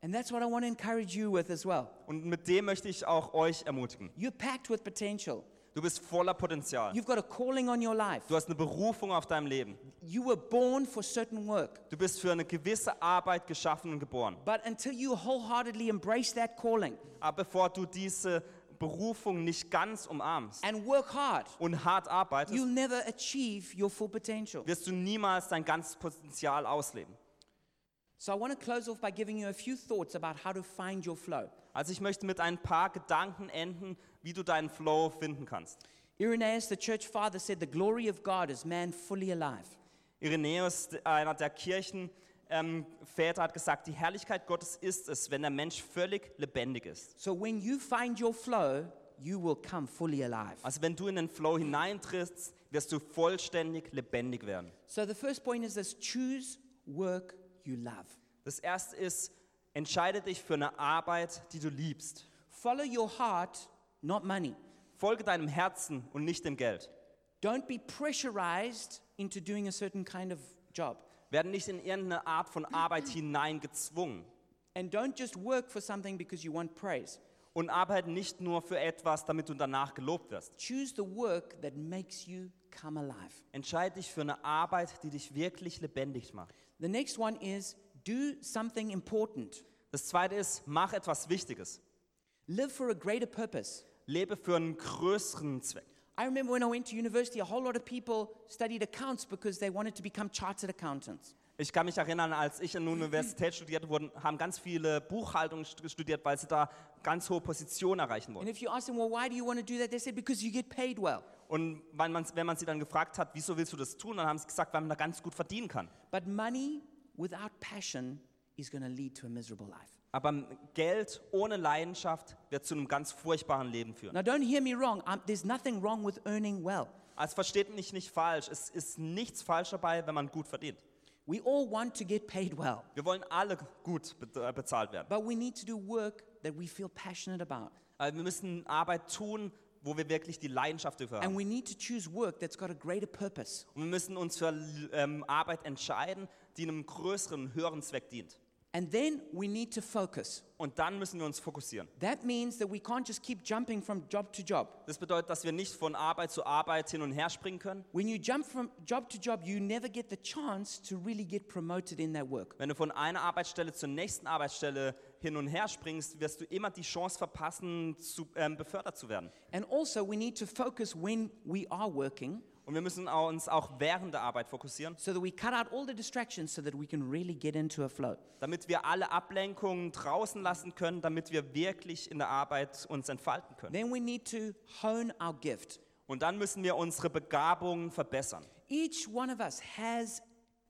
[SPEAKER 1] And that's what I want to encourage you with as well.
[SPEAKER 2] Und mit dem möchte ich auch euch ermutigen.
[SPEAKER 1] You're packed with potential.
[SPEAKER 2] Du bist voller Potenzial.
[SPEAKER 1] You've got a calling on your life.
[SPEAKER 2] Du hast eine Berufung auf deinem Leben.
[SPEAKER 1] You were born for certain work,
[SPEAKER 2] Du bist für eine gewisse Arbeit geschaffen und geboren.
[SPEAKER 1] but until you wholeheartedly embrace that calling
[SPEAKER 2] Aber bevor du diese Berufung nicht ganz umarmst
[SPEAKER 1] and work hard,
[SPEAKER 2] und hart arbeitest,
[SPEAKER 1] you'll never achieve your full potential.
[SPEAKER 2] wirst du niemals dein ganzes Potenzial ausleben.
[SPEAKER 1] So I want to close off by giving you a few thoughts about how to find your flow.
[SPEAKER 2] Also ich möchte mit ein paar Gedanken enden, wie du deinen Flow finden kannst.
[SPEAKER 1] Irenaeus, the church father, said, The glory of God is man fully alive.
[SPEAKER 2] Irenäus, einer der Kirchenväter, ähm, Väter, hat gesagt, die Herrlichkeit Gottes ist es, wenn der Mensch völlig lebendig ist.
[SPEAKER 1] So when you find your flow, you will come fully alive.
[SPEAKER 2] Also wenn du in den Flow hineintrittst, wirst du vollständig lebendig werden.
[SPEAKER 1] So the first point is this choose work you love.
[SPEAKER 2] Das erste ist, entscheide dich für eine Arbeit, die du liebst.
[SPEAKER 1] Follow your heart, not money.
[SPEAKER 2] Folge deinem Herzen und nicht dem Geld.
[SPEAKER 1] Don't be pressurized into doing a certain kind of job.
[SPEAKER 2] Werden nicht in irgendeine Art von Arbeit hineingezwungen
[SPEAKER 1] And don't just work for something because you want praise.
[SPEAKER 2] und arbeiten nicht nur für etwas, damit du danach gelobt wirst.
[SPEAKER 1] Choose the work that makes you come alive.
[SPEAKER 2] Entscheide dich für eine Arbeit, die dich wirklich lebendig macht.
[SPEAKER 1] The next one is do something important.
[SPEAKER 2] Das zweite ist, mach etwas Wichtiges.
[SPEAKER 1] Live for a greater purpose.
[SPEAKER 2] Lebe für einen größeren Zweck.
[SPEAKER 1] I remember when I went to university, a whole lot of people studied accounts because they wanted to become chartered accountants.
[SPEAKER 2] Ich kann mich erinnern, als ich an der Universität studiert wurde, haben ganz viele Buchhaltung stu- studiert, weil sie da ganz hohe Positionen erreichen
[SPEAKER 1] And
[SPEAKER 2] wollten.
[SPEAKER 1] if you ask them, well, why do you want to do that? They said, because you get paid well.
[SPEAKER 2] Und wenn man, wenn man sie dann gefragt hat, wieso willst du das tun, dann haben sie gesagt, weil man da ganz gut verdienen kann.
[SPEAKER 1] But money without passion is going to lead to a miserable life.
[SPEAKER 2] Aber Geld ohne Leidenschaft wird zu einem ganz furchtbaren Leben führen.
[SPEAKER 1] Now, don't hear me wrong. Um, there's nothing wrong with earning well.
[SPEAKER 2] Also versteht mich nicht falsch, es ist nichts falsch dabei, wenn man gut verdient.
[SPEAKER 1] We all want to get paid well.
[SPEAKER 2] Wir wollen alle gut be- äh, bezahlt werden.
[SPEAKER 1] But we need to do work that we feel passionate about.
[SPEAKER 2] Aber Äh, wir müssen Arbeit tun, wo wir wirklich die Leidenschaft dafür haben.
[SPEAKER 1] And we need to choose work that's got a greater purpose.
[SPEAKER 2] Und wir müssen uns für ähm, Arbeit entscheiden, die einem größeren, höheren Zweck dient.
[SPEAKER 1] And then we need to focus.
[SPEAKER 2] Und dann müssen wir uns fokussieren.
[SPEAKER 1] That means that we can't just keep jumping from job to job.
[SPEAKER 2] Das bedeutet, dass wir nicht von Arbeit zu Arbeit hin und her springen können.
[SPEAKER 1] When you jump from job to job, you never get the chance to really get promoted in that work.
[SPEAKER 2] Wenn du von einer Arbeitsstelle zur nächsten Arbeitsstelle hin und her springst, wirst du immer die Chance verpassen, zu, ähm, befördert zu werden.
[SPEAKER 1] And also, we need to focus when we are working
[SPEAKER 2] Und wir müssen au- uns auch während der Arbeit fokussieren,
[SPEAKER 1] so that we cut out all the distractions so that we can really get into a flow.
[SPEAKER 2] damit wir alle Ablenkungen draußen lassen können, damit wir wirklich in der Arbeit uns entfalten können.
[SPEAKER 1] Then we need to hone our gift.
[SPEAKER 2] Und dann müssen wir unsere Begabungen verbessern.
[SPEAKER 1] Each one of us has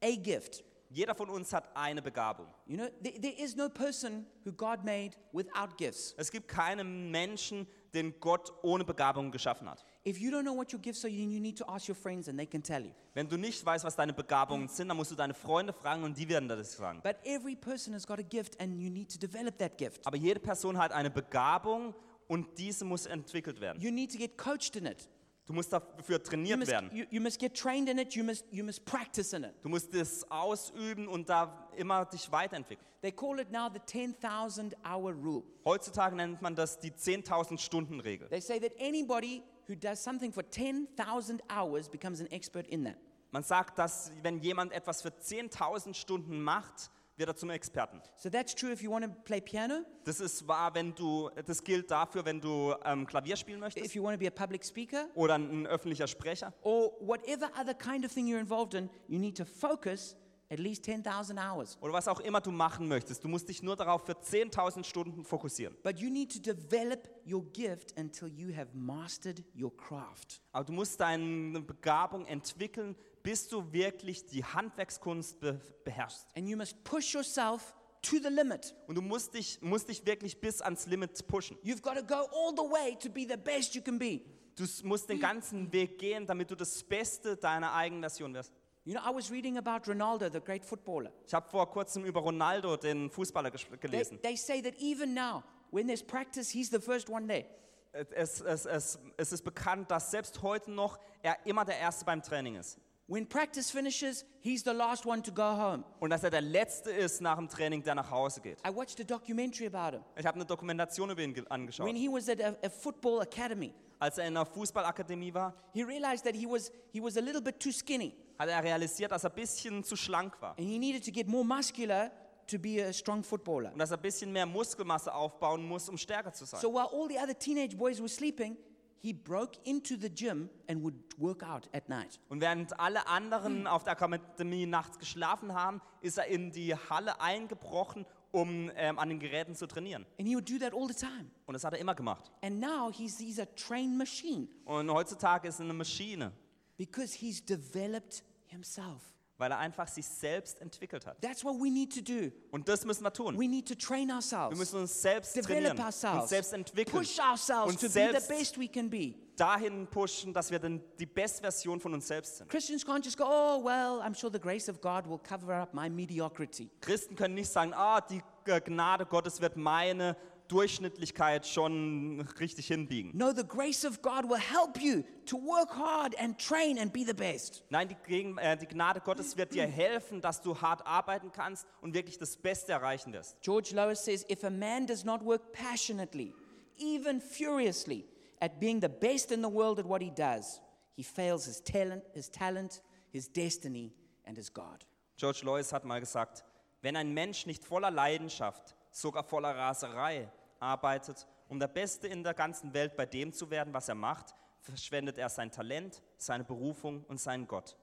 [SPEAKER 1] a gift.
[SPEAKER 2] Jeder von uns hat eine Begabung.
[SPEAKER 1] You know, there, there is no person who God made without gifts.
[SPEAKER 2] Es gibt keinen Menschen, den Gott ohne Begabung geschaffen hat.
[SPEAKER 1] If you don't know what your gifts are, you, you need to ask your friends and they can tell you.
[SPEAKER 2] Wenn du nicht weißt, was deine Begabungen sind, dann musst du deine Freunde fragen und die werden dir das sagen.
[SPEAKER 1] But every person has got a gift and you need to develop that gift.
[SPEAKER 2] Aber jede Person hat eine Begabung und diese muss entwickelt werden.
[SPEAKER 1] You need to get coached in it.
[SPEAKER 2] Du musst dafür
[SPEAKER 1] You
[SPEAKER 2] trainiert
[SPEAKER 1] must,
[SPEAKER 2] werden.
[SPEAKER 1] you, you must get trained in it. You must, you must practice in it.
[SPEAKER 2] Du musst es ausüben und da immer dich weiterentwickeln.
[SPEAKER 1] They call it now the 10,000 hour rule.
[SPEAKER 2] Heutzutage nennt man das die 10.000 Stunden Regel.
[SPEAKER 1] They say that anybody who does something for 10,000 hours becomes an expert in that.
[SPEAKER 2] Man sagt, dass wenn jemand etwas für 10.000 Stunden macht, wird er zum Experten.
[SPEAKER 1] So that's true if you want to play piano,
[SPEAKER 2] Das ist wahr, wenn du, das gilt dafür, wenn du ähm, Klavier spielen
[SPEAKER 1] if
[SPEAKER 2] möchtest
[SPEAKER 1] you want to be a public speaker,
[SPEAKER 2] oder ein öffentlicher Sprecher
[SPEAKER 1] or whatever other kind of thing you're involved in, you need to focus at least 10,000 hours.
[SPEAKER 2] oder was auch immer du machen möchtest. Du musst dich nur darauf für 10.000 Stunden fokussieren.
[SPEAKER 1] But you need to develop your gift until you have mastered your craft.
[SPEAKER 2] Aber du musst deine Begabung entwickeln, bis du wirklich die Handwerkskunst be beherrschst.
[SPEAKER 1] And you must push yourself to the limit.
[SPEAKER 2] Und du musst dich, musst dich wirklich bis ans Limit pushen.
[SPEAKER 1] You've got to go all the way to be the best you can be.
[SPEAKER 2] Du s- musst den ganzen Weg gehen, damit du das Beste deiner eigenen Version wirst.
[SPEAKER 1] You know, I was reading about Ronaldo, the great footballer.
[SPEAKER 2] Ich habe vor kurzem über Ronaldo, den Fußballer, ges-
[SPEAKER 1] They,
[SPEAKER 2] gelesen.
[SPEAKER 1] they say that even now, when there's practice, he's the first one there.
[SPEAKER 2] Es, es, es, es ist bekannt, dass selbst heute noch er immer der Erste beim Training ist.
[SPEAKER 1] When practice finishes, he's the last one to go home.
[SPEAKER 2] Und dass er der Letzte ist nach dem Training, der nach Hause geht.
[SPEAKER 1] I watched a documentary about him.
[SPEAKER 2] Ich habe eine Dokumentation über ihn ge-
[SPEAKER 1] When
[SPEAKER 2] angeschaut.
[SPEAKER 1] he was at a, a football academy,
[SPEAKER 2] Als er in der Fußballakademie war,
[SPEAKER 1] he realized that he was, he was a little bit too skinny
[SPEAKER 2] hat er realisiert, dass er ein bisschen zu schlank war.
[SPEAKER 1] and he needed to get more muscular to be a strong footballer.
[SPEAKER 2] Und dass er ein bisschen mehr Muskelmasse aufbauen muss, um stärker zu sein.
[SPEAKER 1] So while all the other teenage boys were sleeping, he broke into the gym and would work out at night.
[SPEAKER 2] Und während alle anderen auf der Akademie nachts geschlafen haben, ist er in die Halle eingebrochen, um ähm, an den Geräten zu trainieren.
[SPEAKER 1] And he would do that all the time.
[SPEAKER 2] Und das hat er immer gemacht.
[SPEAKER 1] And now he's, he's a trained machine
[SPEAKER 2] Und heutzutage ist er eine Maschine,
[SPEAKER 1] because he's developed himself.
[SPEAKER 2] weil er einfach sich selbst entwickelt hat.
[SPEAKER 1] That's what we need to do.
[SPEAKER 2] Und das müssen wir tun.
[SPEAKER 1] We need to train
[SPEAKER 2] Wir
[SPEAKER 1] ourselves,
[SPEAKER 2] müssen uns selbst trainieren,
[SPEAKER 1] develop
[SPEAKER 2] uns
[SPEAKER 1] ourselves,
[SPEAKER 2] selbst entwickeln,
[SPEAKER 1] push ourselves
[SPEAKER 2] uns
[SPEAKER 1] to be the
[SPEAKER 2] selbst-
[SPEAKER 1] best we can be.
[SPEAKER 2] dahin pushen, dass wir dann die Bestversion von uns selbst sind.
[SPEAKER 1] Christians can't just go, oh, well, I'm sure the grace of God will cover up my mediocrity.
[SPEAKER 2] Christen können nicht sagen, ah, die äh, Gnade Gottes wird meine Durchschnittlichkeit schon richtig hinbiegen.
[SPEAKER 1] No, the grace of God will help you to work hard and train and be the best.
[SPEAKER 2] Nein, die, Gegen- äh, die Gnade Gottes wird dir helfen, dass du hart arbeiten kannst und wirklich das Beste erreichen wirst.
[SPEAKER 1] George Lois says if a man does not work passionately, even furiously, at being the best in the world at what he does, he fails his talent, his talent, his destiny, and his God.
[SPEAKER 2] George Lois hat mal gesagt, wenn ein Mensch nicht voller Leidenschaft, sogar voller Raserei arbeitet, um der Beste in der ganzen Welt bei dem zu werden, was er macht, verschwendet er sein Talent, seine Berufung und seinen Gott.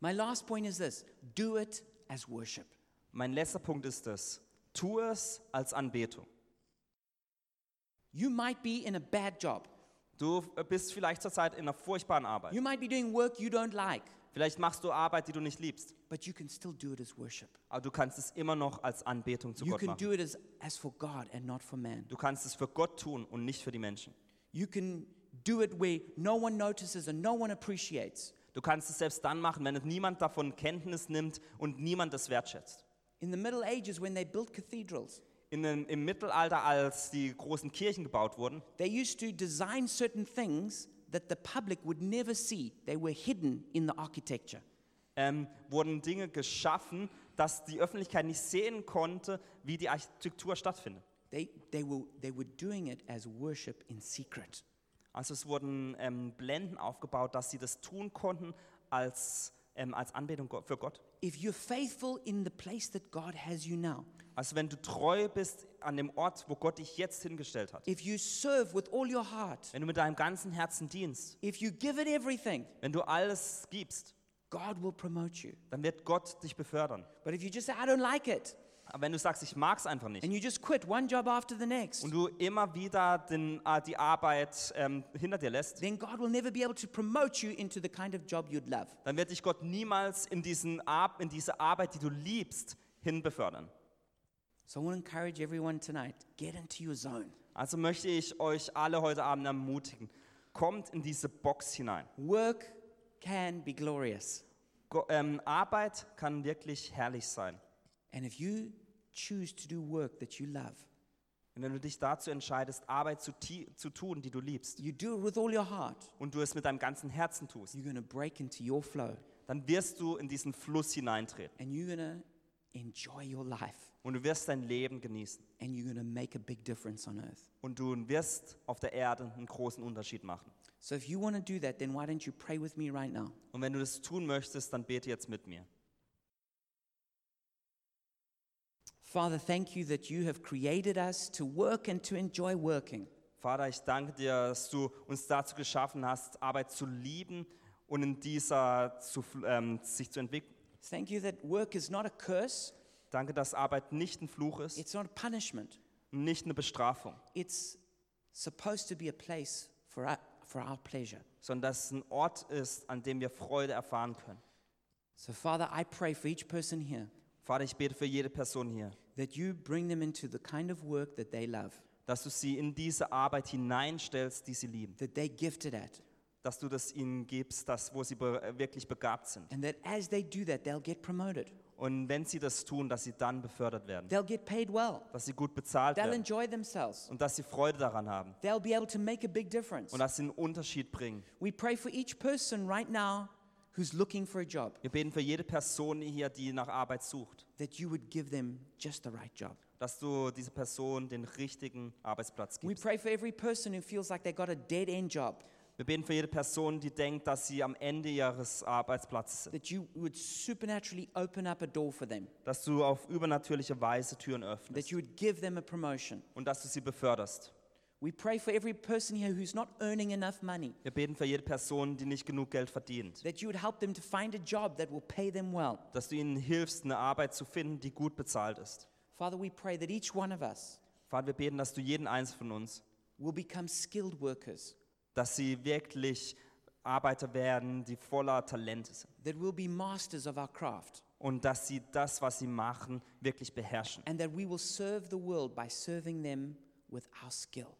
[SPEAKER 1] My last point is this do it as worship.
[SPEAKER 2] Mein letzter Punkt ist es, tu es als Anbetung.
[SPEAKER 1] You might be in a bad job.
[SPEAKER 2] Du bist vielleicht zurzeit in einer furchtbaren Arbeit.
[SPEAKER 1] You might be doing work you don't like,
[SPEAKER 2] Vielleicht machst du Arbeit, die du nicht liebst,
[SPEAKER 1] but you can still do it as worship.
[SPEAKER 2] aber du kannst es immer noch als Anbetung zu
[SPEAKER 1] You
[SPEAKER 2] Gott
[SPEAKER 1] can
[SPEAKER 2] machen.
[SPEAKER 1] do it as, as for God and not for man.
[SPEAKER 2] Du kannst es für Gott tun und nicht für die Menschen.
[SPEAKER 1] You can do it where no one notices and no one appreciates.
[SPEAKER 2] Du kannst es selbst dann machen, wenn niemand davon Kenntnis nimmt und niemand es wertschätzt.
[SPEAKER 1] In the Middle Ages, when they built cathedrals,
[SPEAKER 2] In dem, Im Mittelalter, als die großen Kirchen gebaut wurden,
[SPEAKER 1] They used to design certain things that the public would never see. They were hidden in the architecture.
[SPEAKER 2] ähm, wurden Dinge geschaffen, dass die Öffentlichkeit nicht sehen konnte, wie die Architektur stattfindet.
[SPEAKER 1] They, they, were, they were doing it as worship in secret.
[SPEAKER 2] Also es wurden ähm, Blenden aufgebaut, dass sie das tun konnten als, ähm, als Anbetung Go- für Gott.
[SPEAKER 1] If you're faithful in the place that God has you now,
[SPEAKER 2] Also wenn du treu bist an dem Ort, wo Gott dich jetzt hingestellt hat,
[SPEAKER 1] if you serve with all your heart,
[SPEAKER 2] wenn du mit deinem ganzen Herzen dienst,
[SPEAKER 1] if you give it everything,
[SPEAKER 2] wenn du alles gibst,
[SPEAKER 1] God will promote you.
[SPEAKER 2] dann wird Gott dich befördern.
[SPEAKER 1] But if you just say, I don't like it,
[SPEAKER 2] Aber wenn du sagst, ich mag es einfach nicht
[SPEAKER 1] and you just quit one job after the next,
[SPEAKER 2] und du immer wieder den, ah, die Arbeit ähm, hinter dir lässt,
[SPEAKER 1] then God will never be able to promote you into the kind of job you'd love.
[SPEAKER 2] dann wird dich Gott niemals in, diesen Ar in diese Arbeit, die du liebst, hinbefördern.
[SPEAKER 1] So I want to encourage everyone tonight get into your zone.
[SPEAKER 2] Also möchte ich euch alle heute Abend ermutigen, kommt in diese Box hinein.
[SPEAKER 1] Work can be glorious.
[SPEAKER 2] Go- ähm, Arbeit kann wirklich herrlich sein.
[SPEAKER 1] And if you choose to do work that you love,
[SPEAKER 2] Und wenn du dich dazu entscheidest, Arbeit zu, ti- zu tun, die du liebst,
[SPEAKER 1] you do it with all your heart,
[SPEAKER 2] und du es mit deinem ganzen Herzen tust,
[SPEAKER 1] you're going to break into your flow
[SPEAKER 2] dann wirst du in diesen Fluss hineintreten
[SPEAKER 1] and you're going to enjoy your life
[SPEAKER 2] und du wirst dein Leben genießen
[SPEAKER 1] and you're going to make a big difference on earth.
[SPEAKER 2] und du wirst auf der Erde einen großen Unterschied machen.
[SPEAKER 1] So if you want to do that, then why don't you pray with me right now?
[SPEAKER 2] Und wenn du das tun möchtest, dann bete jetzt mit mir.
[SPEAKER 1] Father, thank you that you have created us to work and to enjoy working.
[SPEAKER 2] Vater, ich danke dir, dass du uns dazu geschaffen hast, Arbeit zu lieben und in dieser zu, fl- ähm, sich zu entwickeln.
[SPEAKER 1] Thank you that work is not a curse,
[SPEAKER 2] Danke, dass Arbeit nicht ein Fluch ist,
[SPEAKER 1] it's not a punishment.
[SPEAKER 2] und nicht eine Bestrafung,
[SPEAKER 1] It's supposed to be a place for our, for our pleasure.
[SPEAKER 2] sondern dass es ein Ort ist, an dem wir Freude erfahren können.
[SPEAKER 1] So, Father, I pray for each person here
[SPEAKER 2] Vater, ich bete für jede Person hier,
[SPEAKER 1] that you bring them into the kind of work that they love,
[SPEAKER 2] dass du sie in diese Arbeit hineinstellst, die sie lieben,
[SPEAKER 1] that they're gifted at,
[SPEAKER 2] dass du das ihnen gibst, das, wo sie be äh, wirklich begabt sind.
[SPEAKER 1] and that as they do that, they'll get promoted.
[SPEAKER 2] Und wenn sie das tun, dass sie dann befördert werden,
[SPEAKER 1] They'll get paid well.
[SPEAKER 2] dass sie gut bezahlt
[SPEAKER 1] They'll
[SPEAKER 2] werden
[SPEAKER 1] enjoy themselves.
[SPEAKER 2] und dass sie Freude daran haben
[SPEAKER 1] They'll be able to make a big difference.
[SPEAKER 2] und dass sie einen Unterschied bringen.
[SPEAKER 1] We pray for each person right now who's looking for a job
[SPEAKER 2] Wir beten für jede Person hier, die nach Arbeit sucht,
[SPEAKER 1] that you would give them just the right job.
[SPEAKER 2] dass du dieser Person den richtigen Arbeitsplatz
[SPEAKER 1] We
[SPEAKER 2] gibst.
[SPEAKER 1] pray for every person who feels like they got a dead end job
[SPEAKER 2] Wir beten für jede Person, die denkt, dass sie am Ende ihres Arbeitsplatzes sind,
[SPEAKER 1] that you would supernaturally open up a door for them,
[SPEAKER 2] dass du auf übernatürliche Weise Türen
[SPEAKER 1] that
[SPEAKER 2] öffnest
[SPEAKER 1] you would give them a promotion.
[SPEAKER 2] und dass du sie beförderst.
[SPEAKER 1] We pray for every person here who's not earning enough money,
[SPEAKER 2] Wir beten für jede Person, die nicht genug Geld verdient,
[SPEAKER 1] that you would help them to find a job that will pay them well.
[SPEAKER 2] dass du ihnen hilfst, eine Arbeit zu finden, die gut bezahlt ist.
[SPEAKER 1] Father, we pray that each one of us
[SPEAKER 2] Vater, wir beten, dass du jeden einzelnen von uns,
[SPEAKER 1] will become skilled workers,
[SPEAKER 2] dass sie wirklich Arbeiter werden, die voller Talente sind
[SPEAKER 1] that we'll be masters of our craft,
[SPEAKER 2] und dass sie das, was sie machen, wirklich beherrschen.
[SPEAKER 1] and that we will serve the world by serving them with our skill.